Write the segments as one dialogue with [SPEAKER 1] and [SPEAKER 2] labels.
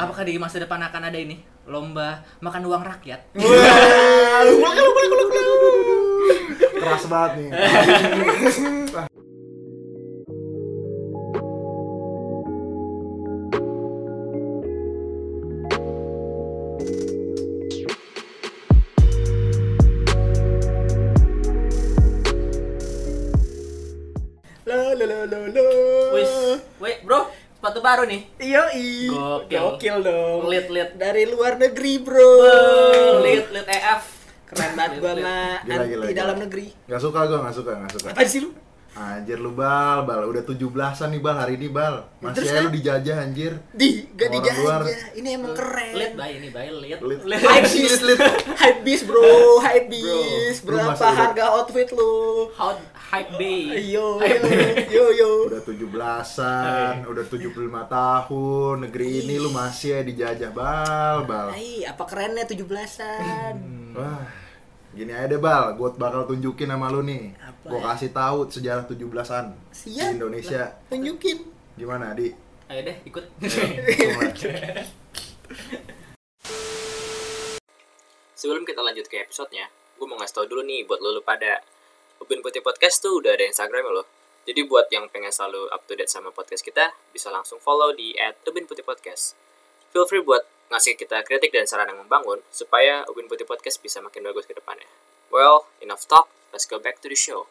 [SPEAKER 1] Apakah di masa depan akan ada ini lomba makan uang rakyat?
[SPEAKER 2] Mm.
[SPEAKER 3] Keras banget nih.
[SPEAKER 2] Lo lo lo lo lo.
[SPEAKER 1] Wis, weh bro, sepatu baru nih.
[SPEAKER 2] Yoi.
[SPEAKER 1] Gokil.
[SPEAKER 2] Gokil dong.
[SPEAKER 1] Lit, lit.
[SPEAKER 2] Dari luar negeri, Bro.
[SPEAKER 1] Lit lit EF.
[SPEAKER 2] Keren banget gua sama
[SPEAKER 3] Gila,
[SPEAKER 2] anti
[SPEAKER 3] gila, gila.
[SPEAKER 2] dalam negeri.
[SPEAKER 3] Gak suka gue, gak suka, gak suka.
[SPEAKER 2] Apa sih lu?
[SPEAKER 3] Anjir lu bal, bal udah 17-an nih bal hari ini bal. Masih
[SPEAKER 2] Terus,
[SPEAKER 3] aja
[SPEAKER 2] kan?
[SPEAKER 3] lu dijajah anjir.
[SPEAKER 2] Di, gak
[SPEAKER 3] Orang
[SPEAKER 2] dijajah.
[SPEAKER 3] luar.
[SPEAKER 2] Ini emang keren.
[SPEAKER 1] Lit bay ini bay lit.
[SPEAKER 3] Lit.
[SPEAKER 2] Hype
[SPEAKER 1] Lit.
[SPEAKER 2] beast,
[SPEAKER 3] lit.
[SPEAKER 2] hype beast bro, hype beast.
[SPEAKER 3] Bro, lu
[SPEAKER 2] Berapa
[SPEAKER 3] masih-
[SPEAKER 2] harga outfit lu?
[SPEAKER 1] Hot hype day.
[SPEAKER 2] Yo, yo, yo.
[SPEAKER 3] Udah 17-an, udah 75 tahun, negeri ini lu masih aja dijajah bal, bal.
[SPEAKER 2] Hai, apa kerennya 17-an?
[SPEAKER 3] Wah, gini aja deh bal, gue bakal tunjukin sama lu nih.
[SPEAKER 2] Apa? ya?
[SPEAKER 3] Gue kasih tahu sejarah 17-an di
[SPEAKER 2] Siap.
[SPEAKER 3] Indonesia.
[SPEAKER 1] Hmm.
[SPEAKER 2] Tunjukin.
[SPEAKER 3] Gimana, Di?
[SPEAKER 1] Ayo deh ikut.
[SPEAKER 4] Sebelum kita lanjut ke episodenya, gue mau ngasih tau dulu nih buat lo, lo pada. Ubin Putih Podcast tuh udah ada Instagram ya loh. Jadi buat yang pengen selalu up to date sama podcast kita, bisa langsung follow di at Ubin Putih Podcast. Feel free buat ngasih kita kritik dan saran yang membangun, supaya Ubin Putih Podcast bisa makin bagus ke depannya. Well, enough talk, let's go back to the show.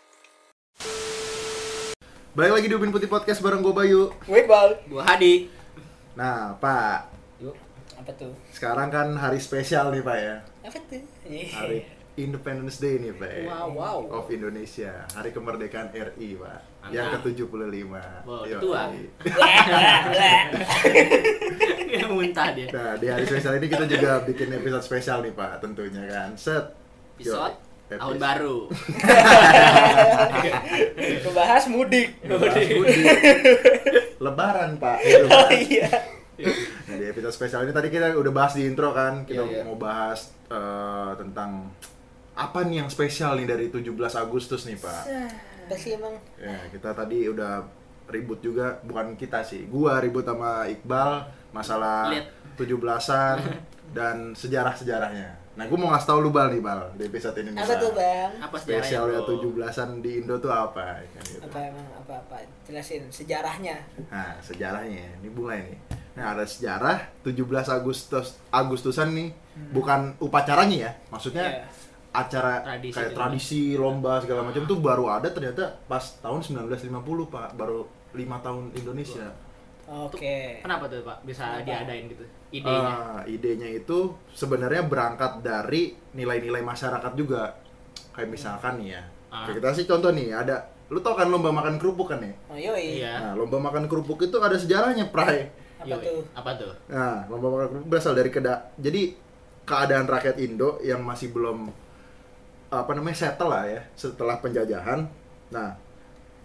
[SPEAKER 3] Balik lagi di Ubin Putih Podcast bareng gue Bayu.
[SPEAKER 2] Wait, Bal.
[SPEAKER 1] Gua Hadi.
[SPEAKER 3] Nah, Pak,
[SPEAKER 2] Yuk, apa tuh?
[SPEAKER 3] sekarang kan hari spesial nih, Pak ya.
[SPEAKER 2] Apa tuh? Iya.
[SPEAKER 3] Hari Independence Day nih, Pak. ya.
[SPEAKER 2] Wow, wow.
[SPEAKER 3] Of Indonesia, Hari Kemerdekaan RI, Pak. Yang ke-75.
[SPEAKER 1] Wow,
[SPEAKER 3] Yoi.
[SPEAKER 1] ketua. Dia muntah dia.
[SPEAKER 3] Nah, di hari spesial ini kita juga bikin episode spesial nih, Pak, tentunya kan. Set.
[SPEAKER 1] Episode
[SPEAKER 3] Yoi.
[SPEAKER 1] tahun baru.
[SPEAKER 2] Membahas mudik.
[SPEAKER 3] Lebaran mudik. Lebaran, Pak.
[SPEAKER 2] Oh iya.
[SPEAKER 3] Nah, di episode spesial ini tadi kita udah bahas di intro kan, kita
[SPEAKER 2] Iya, iya.
[SPEAKER 3] mau bahas eh, tentang apa nih yang spesial nih dari 17 Agustus nih, Pak.
[SPEAKER 2] Apa sih emang?
[SPEAKER 3] Ya, kita tadi udah ribut juga, bukan kita sih. Gua ribut sama Iqbal masalah
[SPEAKER 1] Lihat.
[SPEAKER 3] 17-an dan sejarah-sejarahnya. Nah, gua mau ngasih tau lu Bal nih, Bal, di episode ini. nih,
[SPEAKER 2] Apa
[SPEAKER 3] Bal.
[SPEAKER 2] tuh, Bang?
[SPEAKER 1] Apa sejarahnya?
[SPEAKER 3] Spesialnya
[SPEAKER 1] bro?
[SPEAKER 3] 17-an di Indo tuh apa? ya kan gitu.
[SPEAKER 2] Apa emang apa-apa? Jelasin sejarahnya.
[SPEAKER 3] Nah, sejarahnya ini mulai nih. Nah, ada sejarah 17 Agustus Agustusan nih,
[SPEAKER 1] Hmm.
[SPEAKER 3] bukan upacaranya ya. Maksudnya
[SPEAKER 2] Iya.
[SPEAKER 3] acara
[SPEAKER 1] Tradisi gitu.
[SPEAKER 3] kayak
[SPEAKER 1] itu.
[SPEAKER 3] tradisi lomba segala macam tuh baru ada ternyata pas tahun 1950, Pak. Baru lima tahun Indonesia.
[SPEAKER 2] Oke.
[SPEAKER 1] Kenapa tuh Pak bisa diadain gitu? Idenya.
[SPEAKER 3] Idenya. Ah, idenya itu sebenarnya berangkat dari nilai-nilai masyarakat juga. Kayak misalkan nih ya.
[SPEAKER 1] Ah.
[SPEAKER 3] Kayak kita sih contoh nih, ada lu tau kan lomba makan kerupuk kan ya?
[SPEAKER 2] Oh, yoi.
[SPEAKER 1] Iya.
[SPEAKER 3] Nah, lomba makan kerupuk itu ada sejarahnya, Pray.
[SPEAKER 2] Apa
[SPEAKER 1] Yoi.
[SPEAKER 2] tuh?
[SPEAKER 1] Apa tuh?
[SPEAKER 3] Nah, lomba makan kerupuk berasal dari keda. Jadi keadaan rakyat Indo yang masih belum apa namanya settle lah ya setelah penjajahan. Nah,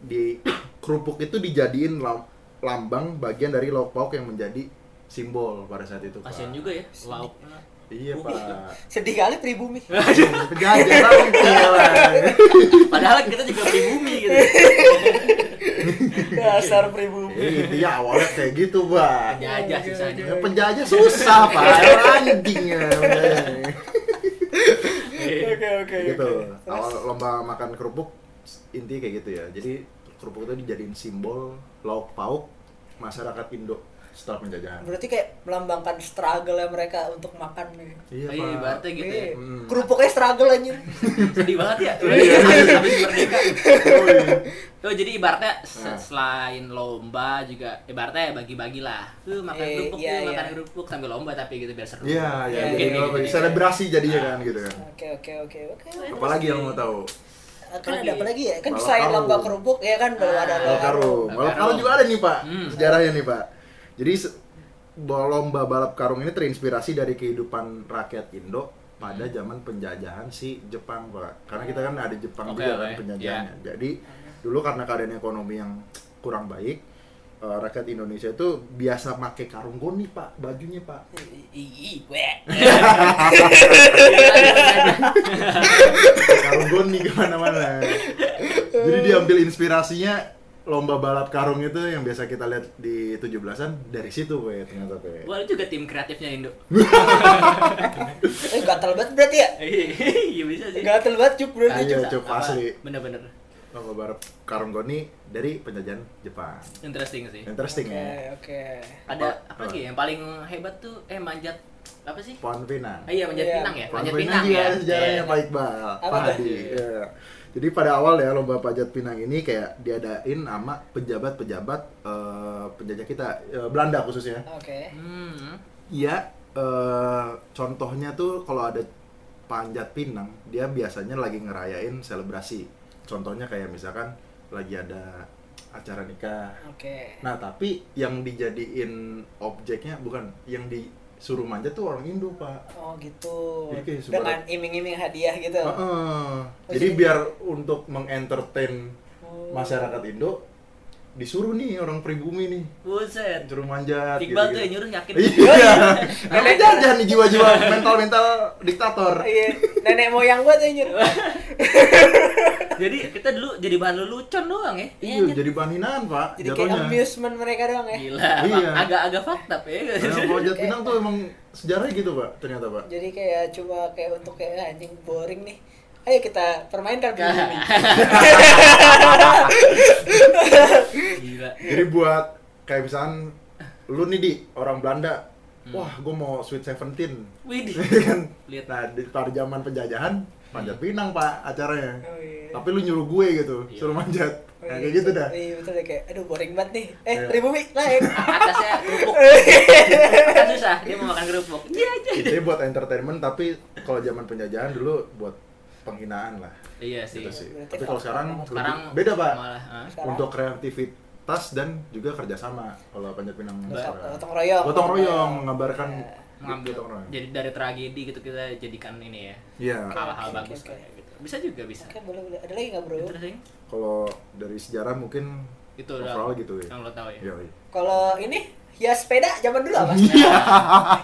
[SPEAKER 3] di kerupuk itu dijadiin lam- lambang bagian dari lauk pauk yang menjadi simbol pada saat itu. Pak.
[SPEAKER 1] Kasian juga ya lauk.
[SPEAKER 3] Iya pak.
[SPEAKER 2] Sedih kali pribumi.
[SPEAKER 3] Penjajah orang gila.
[SPEAKER 1] Padahal kita juga pribumi gitu.
[SPEAKER 2] Iya, Dasar pribumi.
[SPEAKER 3] Iya, Intinya awalnya kayak gitu pak.
[SPEAKER 2] iya,
[SPEAKER 1] Penjajah sisanya.
[SPEAKER 3] Ya, penjajah susah pak. Anjing ya. penjajah.
[SPEAKER 2] Oke, oke,
[SPEAKER 3] gitu
[SPEAKER 2] oke.
[SPEAKER 3] awal lomba makan kerupuk inti kayak gitu ya jadi kerupuk itu dijadiin simbol lauk pauk masyarakat Indo setelah penjajahan
[SPEAKER 2] Berarti kayak melambangkan struggle mereka untuk makan nih.
[SPEAKER 3] iya
[SPEAKER 1] Iya, ibaratnya gitu ya.
[SPEAKER 2] Nih,
[SPEAKER 3] Hmm.
[SPEAKER 2] kerupuknya struggle anjir.
[SPEAKER 1] Sedih banget ya.
[SPEAKER 2] Iya,
[SPEAKER 1] Habis habis merdeka. Tuh jadi ibaratnya se-
[SPEAKER 3] Nah.
[SPEAKER 1] selain lomba juga ibaratnya ya bagi-bagi lah. Tuh makan
[SPEAKER 2] Eh,
[SPEAKER 1] kerupuk,
[SPEAKER 2] iya,
[SPEAKER 1] tuh
[SPEAKER 2] iya.
[SPEAKER 1] makan kerupuk sambil lomba tapi gitu biar seru. gitu.
[SPEAKER 3] iya iya
[SPEAKER 2] Ya,
[SPEAKER 3] jadi
[SPEAKER 2] gini,
[SPEAKER 3] kalau
[SPEAKER 2] gini,
[SPEAKER 3] bagi- selebrasi jadinya kan gitu kan
[SPEAKER 2] Oke, oke, oke, oke.
[SPEAKER 3] apalagi yang mau tahu
[SPEAKER 2] Kan ada apa lagi ya? Kan
[SPEAKER 3] Balap
[SPEAKER 2] selain
[SPEAKER 3] karung.
[SPEAKER 2] lomba kerupuk ya kan belum ada
[SPEAKER 3] balap karung
[SPEAKER 1] Balap
[SPEAKER 3] balap karung
[SPEAKER 1] karung.
[SPEAKER 3] juga ada nih pak
[SPEAKER 1] Hmm.
[SPEAKER 3] sejarahnya nih pak jadi se- lomba balap karung ini terinspirasi dari kehidupan rakyat Indo pada
[SPEAKER 1] Hmm.
[SPEAKER 3] zaman penjajahan si Jepang pak karena kita kan ada Jepang
[SPEAKER 1] Oke,
[SPEAKER 3] juga
[SPEAKER 1] oke. Iya.
[SPEAKER 3] kan penjajahannya jadi dulu karena keadaan ekonomi yang kurang baik eh, rakyat Indonesia itu biasa pakai karung goni pak bajunya pak
[SPEAKER 2] Ih, weh.
[SPEAKER 3] karung goni kemana-mana jadi diambil inspirasinya lomba balap karung itu yang biasa kita lihat di 17-an dari situ Pe, ternyata Pe.
[SPEAKER 1] Wah, lu juga tim kreatifnya Indo.
[SPEAKER 2] Eh gatel banget berarti ya?
[SPEAKER 1] Iya bisa sih.
[SPEAKER 2] Gatel banget cup berarti
[SPEAKER 3] Ayo
[SPEAKER 2] cup.
[SPEAKER 3] cup
[SPEAKER 1] Apa,
[SPEAKER 3] Iya, asli.
[SPEAKER 1] Bener-bener.
[SPEAKER 3] Lomba balap karung goni dari penjajahan Jepang.
[SPEAKER 1] Interesting sih.
[SPEAKER 3] Interesting
[SPEAKER 2] Oke,
[SPEAKER 3] ya.
[SPEAKER 2] oke.
[SPEAKER 1] Ada
[SPEAKER 3] Apa-
[SPEAKER 1] apa lagi yang paling hebat tuh eh manjat apa sih?
[SPEAKER 3] Pohon pinang.
[SPEAKER 1] Ah, iya manjat
[SPEAKER 2] Iya.
[SPEAKER 1] pinang ya,
[SPEAKER 3] Pohon
[SPEAKER 1] manjat
[SPEAKER 3] pinang
[SPEAKER 1] pinang
[SPEAKER 3] juga
[SPEAKER 1] ya.
[SPEAKER 3] sejarahnya
[SPEAKER 1] Iya.
[SPEAKER 3] Pak Iqbal.
[SPEAKER 2] Apa
[SPEAKER 3] Pak
[SPEAKER 2] tuh?
[SPEAKER 3] Hadi. Iya. Jadi pada awal ya lomba panjat pinang ini kayak diadain sama pejabat-pejabat eh, penjajah kita eh, Belanda khususnya.
[SPEAKER 2] Oke.
[SPEAKER 1] Hmm.
[SPEAKER 3] Iya, eh, contohnya tuh kalau ada panjat pinang, dia biasanya lagi ngerayain selebrasi. Contohnya kayak misalkan lagi ada acara nikah.
[SPEAKER 2] Oke.
[SPEAKER 3] Nah, tapi yang dijadiin objeknya bukan yang disuruh manjat tuh orang Indo, Pak.
[SPEAKER 2] Oh gitu.
[SPEAKER 3] Jadi kayak sebarat-
[SPEAKER 2] Dengan iming-iming hadiah gitu.
[SPEAKER 3] Heeh.
[SPEAKER 2] Oh,
[SPEAKER 3] Jadi
[SPEAKER 2] jadi-
[SPEAKER 3] biar untuk mengentertain
[SPEAKER 2] Oh.
[SPEAKER 3] masyarakat Indo disuruh nih orang pribumi nih
[SPEAKER 1] Buset.
[SPEAKER 3] suruh manjat
[SPEAKER 1] Iqbal tuh yang
[SPEAKER 3] gitu-gitu.
[SPEAKER 1] nyuruh yakin.
[SPEAKER 3] gitu, Iya. Nenek jajan nih jiwa-jiwa mental-mental diktator.
[SPEAKER 2] Iya, nenek moyang gua tuh nyuruh.
[SPEAKER 1] Jadi kita dulu jadi bahan lelucon doang ya.
[SPEAKER 3] Iya, jadi bahan hinaan, Pak.
[SPEAKER 2] Jadi kayak amusement mereka doang ya.
[SPEAKER 1] Gila,
[SPEAKER 3] Iya.
[SPEAKER 1] agak-agak fakta ya.
[SPEAKER 3] Nah, panjat pinang tuh emang sejarahnya gitu, Pak. Ternyata, Pak.
[SPEAKER 2] Jadi kayak coba kayak untuk kayak "Ah, anjing boring nih. Ayo kita permainkan bumi.
[SPEAKER 1] Gila.
[SPEAKER 3] Jadi buat kayak misalkan lu nih di orang Belanda,
[SPEAKER 1] Hmm.
[SPEAKER 3] wah, gue mau sweet seventeen.
[SPEAKER 1] Widih.
[SPEAKER 3] Kan?
[SPEAKER 1] Lihat.
[SPEAKER 3] nah, di pada zaman penjajahan, panjat pinang, Pak, acaranya.
[SPEAKER 2] Oh, iya.
[SPEAKER 3] Tapi lu nyuruh gue gitu,
[SPEAKER 1] Iya.
[SPEAKER 3] suruh manjat.
[SPEAKER 2] Oh,
[SPEAKER 3] Nah,
[SPEAKER 2] iya,
[SPEAKER 3] kayak gitu dah.
[SPEAKER 2] Iya betul deh kayak aduh boring banget nih. Eh,
[SPEAKER 3] Iya.
[SPEAKER 2] pribumi naik.
[SPEAKER 1] Atasnya kerupuk. Kan susah, dia mau makan kerupuk. Iya aja.
[SPEAKER 3] Jadi buat entertainment, tapi kalau zaman penjajahan dulu buat penghinaan lah.
[SPEAKER 1] Iya sih.
[SPEAKER 3] Gitu sih.
[SPEAKER 2] Berarti
[SPEAKER 3] Tapi kalau
[SPEAKER 2] kalau
[SPEAKER 3] sekarang,
[SPEAKER 1] Sekarang
[SPEAKER 3] lebih- beda, Pak.
[SPEAKER 1] Malah, ah.
[SPEAKER 2] Sekarang.
[SPEAKER 3] untuk kreativitas dan juga kerjasama kalau panjat pinang
[SPEAKER 2] Gotong-
[SPEAKER 3] sekarang.
[SPEAKER 2] gotong royong. Iya.
[SPEAKER 3] gotong royong menggambarkan
[SPEAKER 1] mengambil
[SPEAKER 3] gotong royong
[SPEAKER 1] jadi dari tragedi gitu kita jadikan ini ya
[SPEAKER 3] iya
[SPEAKER 1] hal-hal
[SPEAKER 2] oke,
[SPEAKER 1] bagus
[SPEAKER 2] oke.
[SPEAKER 1] lah ya, gitu. Bisa juga bisa.
[SPEAKER 2] Oke, Kan boleh boleh. Ada lagi nggak bro?
[SPEAKER 1] Interesting.
[SPEAKER 3] kalau dari sejarah mungkin
[SPEAKER 1] Itu
[SPEAKER 3] Overall
[SPEAKER 1] udah
[SPEAKER 3] gitu ya.
[SPEAKER 1] yang lo tahu ya.
[SPEAKER 3] ya iya.
[SPEAKER 2] Kalau ini hias sepeda zaman dulu apa?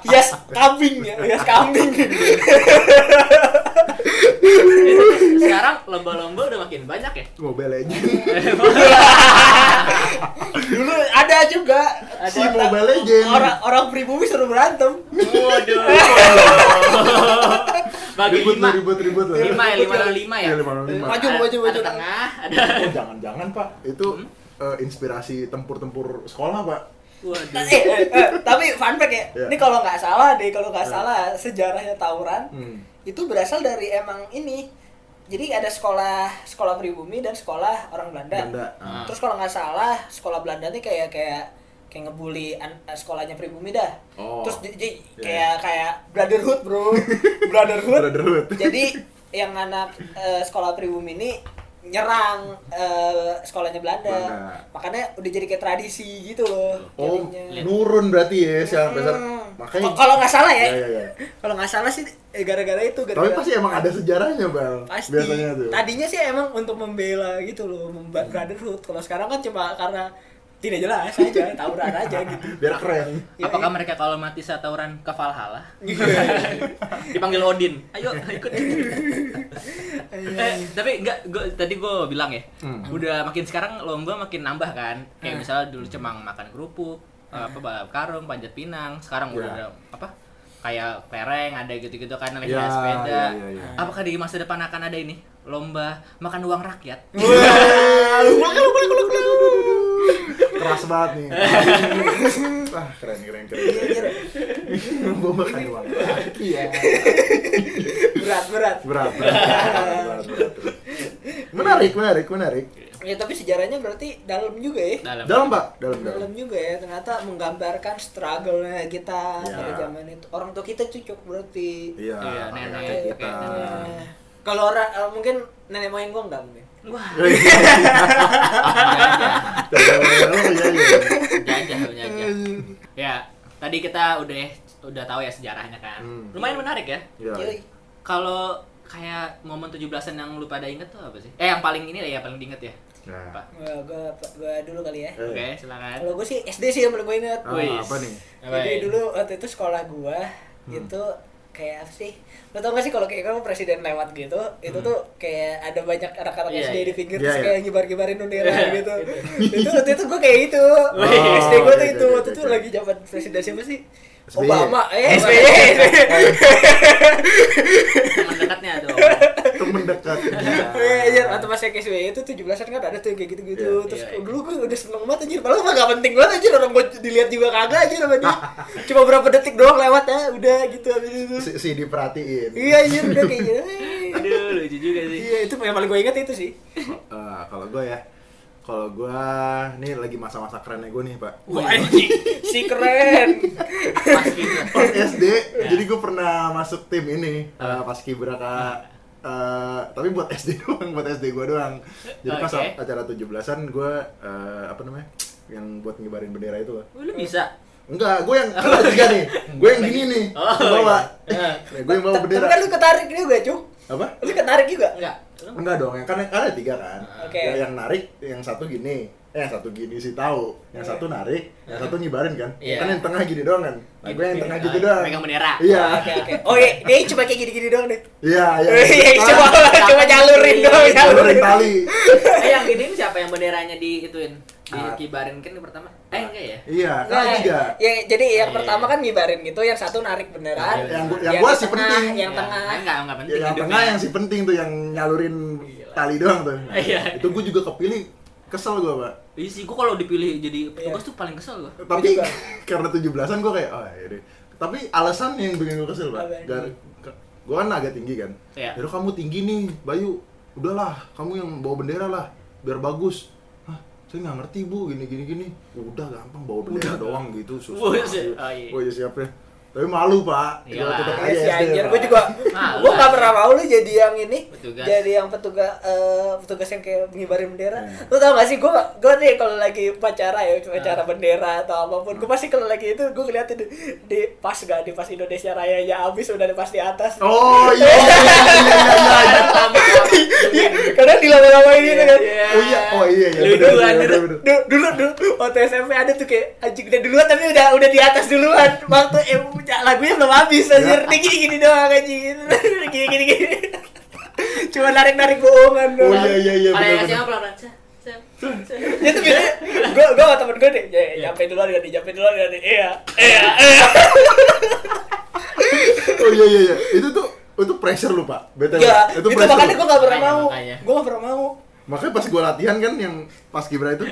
[SPEAKER 2] hias kambing ya, hias kambing.
[SPEAKER 1] Sekarang lomba-lomba udah makin banyak ya.
[SPEAKER 3] Mobile Legends
[SPEAKER 2] dulu ada juga
[SPEAKER 3] si Mobile Legends
[SPEAKER 2] orang orang pribumi suruh berantem.
[SPEAKER 1] Waduh. Bagi
[SPEAKER 3] ribut
[SPEAKER 1] lima.
[SPEAKER 3] lah ribut ribut lah
[SPEAKER 1] Lima ya, lima lawan lima ya.
[SPEAKER 3] Iya, lima lawan lima.
[SPEAKER 2] Maju,
[SPEAKER 1] Ada-
[SPEAKER 2] maju, maju.
[SPEAKER 1] Ada tengah, Hmm? ada.
[SPEAKER 3] oh jangan jangan pak itu eh, inspirasi tempur tempur sekolah pak
[SPEAKER 1] Waduh.
[SPEAKER 2] Eh, eh, eh, tapi fun fact ya,
[SPEAKER 3] Iya.
[SPEAKER 2] ini kalau nggak salah deh, kalau nggak salah sejarahnya tawuran
[SPEAKER 3] hmm.
[SPEAKER 2] itu berasal dari emang ini. Jadi ada sekolah sekolah pribumi dan sekolah orang Belanda.
[SPEAKER 3] Belanda
[SPEAKER 1] Ah.
[SPEAKER 2] Terus kalau nggak salah sekolah Belanda nih kayak kayak kayak ngebully an- eh, sekolahnya pribumi dah.
[SPEAKER 3] oh
[SPEAKER 2] Terus jadi
[SPEAKER 3] Iya.
[SPEAKER 2] kayak kayak brotherhood bro, brotherhood.
[SPEAKER 3] brotherhood
[SPEAKER 2] jadi yang anak eh, sekolah pribumi ini nyerang eh, sekolahnya Belanda.
[SPEAKER 3] Belanda.
[SPEAKER 2] Makanya udah jadi kayak tradisi gitu loh.
[SPEAKER 3] oh
[SPEAKER 2] jadinya.
[SPEAKER 3] nurun berarti ya sekarang besar
[SPEAKER 2] Hmm.
[SPEAKER 3] makanya
[SPEAKER 2] Kok- kalau nggak salah ya,
[SPEAKER 3] ya, ya, ya.
[SPEAKER 2] kalau nggak salah sih eh, gara-gara itu gara-gara
[SPEAKER 3] tapi pasti emang ada sejarahnya bang
[SPEAKER 2] pasti
[SPEAKER 3] biasanya tuh
[SPEAKER 2] tadinya sih emang untuk membela gitu loh membuat brotherhood kalau sekarang kan cuma karena tidak jelas aja tawuran aja gitu iya.
[SPEAKER 3] biar keren
[SPEAKER 1] Apakah mereka kalau mati saat tawuran ke Valhalla? Dipanggil Odin. Ayo ikut. eh, tapi enggak gua, tadi gua bilang ya.
[SPEAKER 3] Hmm.
[SPEAKER 1] Udah makin sekarang lomba makin nambah kan. Kayak misalnya dulu cemang makan kerupuk, apa balap karung, panjat pinang, sekarang udah
[SPEAKER 3] Hmm. Ya.
[SPEAKER 1] ada apa? Kayak pereng ada gitu-gitu kan naik
[SPEAKER 3] Ya,
[SPEAKER 1] sepeda.
[SPEAKER 3] ya, ya, ya.
[SPEAKER 1] Apakah di masa depan akan ada ini? Lomba makan uang rakyat.
[SPEAKER 3] keras banget nih ah keren keren keren
[SPEAKER 2] Iya,
[SPEAKER 3] gue makan uang iya
[SPEAKER 2] berat berat
[SPEAKER 3] berat berat berat, berat, berat. menarik menarik menarik
[SPEAKER 2] ya tapi sejarahnya berarti dalam juga ya
[SPEAKER 1] Dalam.
[SPEAKER 3] dalam pak dalam dalam
[SPEAKER 2] dalam juga ya ternyata menggambarkan struggle-nya kita
[SPEAKER 3] Ya.
[SPEAKER 2] pada zaman itu orang tua kita cucuk berarti
[SPEAKER 3] iya
[SPEAKER 1] Iya,
[SPEAKER 3] kakek
[SPEAKER 1] nenek,
[SPEAKER 3] kita
[SPEAKER 1] kakek,
[SPEAKER 2] Eh, kalau orang eh, mungkin nenek moyang gua nggak mungkin
[SPEAKER 1] Wah,
[SPEAKER 3] Iya. Oh, iya, iya.
[SPEAKER 1] jajah lu jajah. Ya, tadi kita udah udah tahu ya sejarahnya kan.
[SPEAKER 3] Hmm.
[SPEAKER 1] Lumayan menarik ya.
[SPEAKER 3] Iya.
[SPEAKER 2] Yoi.
[SPEAKER 1] Kalau kayak momen 17-an yang lu pada inget tuh apa sih? Eh, yang paling ini lah ya, paling diinget ya.
[SPEAKER 3] Nah.
[SPEAKER 2] Gua- gua gua dulu kali ya
[SPEAKER 3] Eh,
[SPEAKER 1] Oke, silakan.
[SPEAKER 2] kalau gua sih SD sih yang paling gua ingat
[SPEAKER 3] ah,
[SPEAKER 1] Wis.
[SPEAKER 3] apa nih
[SPEAKER 1] Apa
[SPEAKER 2] Jadi
[SPEAKER 1] ya?
[SPEAKER 3] Hmm.
[SPEAKER 2] dulu waktu itu sekolah gua itu kayak apa sih lo tau gak sih kalau kayak kalau presiden lewat gitu itu tuh kayak ada banyak anak-anak
[SPEAKER 1] Iya,
[SPEAKER 2] SD
[SPEAKER 1] iya.
[SPEAKER 2] di pinggir
[SPEAKER 3] Hmm. Iya,
[SPEAKER 2] terus
[SPEAKER 3] iya.
[SPEAKER 2] kayak ngibar-ngibarin bendera
[SPEAKER 1] Iya,
[SPEAKER 2] gitu itu waktu itu gue kayak gitu SD gue tuh
[SPEAKER 3] iya,
[SPEAKER 2] itu
[SPEAKER 3] iya,
[SPEAKER 2] waktu
[SPEAKER 3] iya,
[SPEAKER 2] itu
[SPEAKER 3] iya.
[SPEAKER 2] lagi zaman presiden siapa sih
[SPEAKER 3] SBY.
[SPEAKER 2] Obama
[SPEAKER 3] Oh,
[SPEAKER 2] eh
[SPEAKER 1] SBY.
[SPEAKER 3] iya,
[SPEAKER 2] SBY
[SPEAKER 1] teman dekatnya tuh
[SPEAKER 3] temen dekat
[SPEAKER 2] Iya, iya, atau pas kayak SBY itu 17-an kan ada tuh kayak gitu-gitu.
[SPEAKER 3] Iya,
[SPEAKER 2] Terus
[SPEAKER 1] iya, iya.
[SPEAKER 2] dulu gue udah seneng banget anjir. Padahal mah gak penting banget anjir orang gue dilihat juga kagak anjir sama dia. Cuma berapa detik doang lewat ya, udah gitu habis itu.
[SPEAKER 3] si, si diperhatiin
[SPEAKER 2] Iya, iya, udah kayak gitu.
[SPEAKER 1] aduh lucu juga sih
[SPEAKER 2] Iya, itu yang paling gue ingat itu sih.
[SPEAKER 3] Eh, kalau gue ya kalau gue ini lagi masa-masa kerennya gue nih pak
[SPEAKER 2] Wah, anjing, si keren.
[SPEAKER 1] pas gitu
[SPEAKER 3] pas SD
[SPEAKER 2] Ya.
[SPEAKER 3] jadi gue pernah masuk tim ini eh, pas kibraka
[SPEAKER 2] Ya.
[SPEAKER 3] eh, tapi buat SD doang buat SD gue doang jadi pas
[SPEAKER 1] Oke.
[SPEAKER 3] acara 17-an gue eh, apa namanya yang buat ngibarin bendera itu loh.
[SPEAKER 1] Wah, Oh, lu bisa
[SPEAKER 3] enggak gue yang ada juga nih gue yang gini nih
[SPEAKER 1] Oh,
[SPEAKER 3] yang bawa
[SPEAKER 1] iya.
[SPEAKER 3] Ya, gue yang bawa
[SPEAKER 2] Tapi
[SPEAKER 3] bendera
[SPEAKER 2] kan lu ketarik juga, Cuk.
[SPEAKER 3] apa
[SPEAKER 2] Lu ketarik juga.
[SPEAKER 1] enggak lu
[SPEAKER 3] enggak dong yang kan yang ada tiga kan
[SPEAKER 2] Oke.
[SPEAKER 3] Ya, yang narik yang satu gini eh yang satu gini sih tahu yang satu narik yang satu ngibarin kan
[SPEAKER 1] Iya.
[SPEAKER 3] kan yang tengah gini doang kan nah, gue yang
[SPEAKER 1] Gini,
[SPEAKER 3] tengah
[SPEAKER 1] ah,
[SPEAKER 3] gitu doang
[SPEAKER 1] pegang bendera.
[SPEAKER 3] iya
[SPEAKER 2] Oke, oke. Oh, iya, dia cuma kayak gini-gini doang deh.
[SPEAKER 3] iya iya
[SPEAKER 2] Iya, cuma cuma nyalurin doang,
[SPEAKER 3] Nyalurin
[SPEAKER 2] nyalurin.
[SPEAKER 3] tali
[SPEAKER 1] eh yang giniin siapa yang benderanya diituin
[SPEAKER 3] Ah.
[SPEAKER 1] dikibarin kan yang pertama eh enggak ya
[SPEAKER 3] iya kan
[SPEAKER 2] Nah,
[SPEAKER 3] tiga
[SPEAKER 2] ya, jadi yang
[SPEAKER 1] Iya.
[SPEAKER 2] pertama kan ngibarin gitu, yang satu narik beneran.
[SPEAKER 3] Yang gua- yang
[SPEAKER 2] di
[SPEAKER 3] gua sih
[SPEAKER 2] tengah,
[SPEAKER 3] penting.
[SPEAKER 2] Yang
[SPEAKER 1] Ya,
[SPEAKER 2] tengah.
[SPEAKER 1] kan enggak enggak
[SPEAKER 3] Ya,
[SPEAKER 1] penting
[SPEAKER 3] yang
[SPEAKER 1] hidupnya.
[SPEAKER 3] tengah yang si penting tuh yang nyalurin tali doang tuh Nah,
[SPEAKER 1] Iya.
[SPEAKER 3] itu gue juga kepilih kesel gue pak
[SPEAKER 1] Iya sih, gua kalau dipilih jadi petugas
[SPEAKER 3] Iya.
[SPEAKER 1] tuh paling kesel gua.
[SPEAKER 3] tapi
[SPEAKER 2] juga.
[SPEAKER 3] karena 17-an gue kayak oh ya deh. tapi alasan yang bikin gue kesel pak
[SPEAKER 2] Apa?
[SPEAKER 3] Gar- ke- gue kan agak tinggi kan
[SPEAKER 1] Iya.
[SPEAKER 3] Yaudah kamu tinggi nih Bayu udahlah kamu yang bawa bendera lah biar bagus Hah, saya nggak ngerti bu gini gini gini udah gampang bawa bendera doang gitu susah
[SPEAKER 1] Wah, sih. Oh, iya.
[SPEAKER 3] Wah, ya siapnya tapi malu pak Gua
[SPEAKER 1] Iyalah.
[SPEAKER 3] tetep
[SPEAKER 2] Iya
[SPEAKER 3] aja
[SPEAKER 2] sih
[SPEAKER 3] SD,
[SPEAKER 2] anjir,
[SPEAKER 3] Pak.
[SPEAKER 2] gue juga,
[SPEAKER 1] Ah,
[SPEAKER 2] gue
[SPEAKER 1] lah.
[SPEAKER 2] gak pernah mau lu jadi yang ini,
[SPEAKER 1] Petugas.
[SPEAKER 2] jadi yang petugas, eh, petugas yang kayak pengibarin bendera.
[SPEAKER 3] Hmm.
[SPEAKER 2] Lu tau gak sih, gue, gue nih kalau lagi upacara ya,
[SPEAKER 1] Nah.
[SPEAKER 2] upacara bendera atau apapun, gue pasti kalau lagi itu gue ngeliatin di, di pas gak di pas Indonesia Raya ya abis udah di pas di atas.
[SPEAKER 3] oh iya iya iya iya, iya, iya.
[SPEAKER 2] Iya, kadang di lama-lama ini kan.
[SPEAKER 3] oh iya oh iya iya
[SPEAKER 1] Lu
[SPEAKER 3] bener,
[SPEAKER 1] duluan, lu-
[SPEAKER 3] bener, bener, bener.
[SPEAKER 2] Du- dulu dulu waktu SMP ada tuh kayak anjing udah duluan tapi udah udah di atas duluan waktu eh, lagunya belum habis
[SPEAKER 3] Iya.
[SPEAKER 2] anjir Dia gini gini doang anjing gini gini gini cuma narik narik bohongan doang
[SPEAKER 3] oh iya iya iya
[SPEAKER 1] Kalau
[SPEAKER 3] bener,
[SPEAKER 1] yang
[SPEAKER 3] bener.
[SPEAKER 1] siapa pelan-pelan. Cah, cah, cah.
[SPEAKER 2] ya tuh biasanya gue gue sama temen gue deh ya,
[SPEAKER 1] Iya.
[SPEAKER 2] nyampe duluan ya nyampe duluan ya iya iya iya
[SPEAKER 3] oh iya iya iya itu tuh itu pressure lu pak btw
[SPEAKER 2] Ya,
[SPEAKER 3] itu
[SPEAKER 2] itu
[SPEAKER 3] pressure
[SPEAKER 2] makanya gue
[SPEAKER 3] lu.
[SPEAKER 2] gak pernah
[SPEAKER 1] Makanya,
[SPEAKER 2] mau
[SPEAKER 1] makanya.
[SPEAKER 2] gue gak pernah mau
[SPEAKER 3] makanya pas gue latihan kan yang pas kibra itu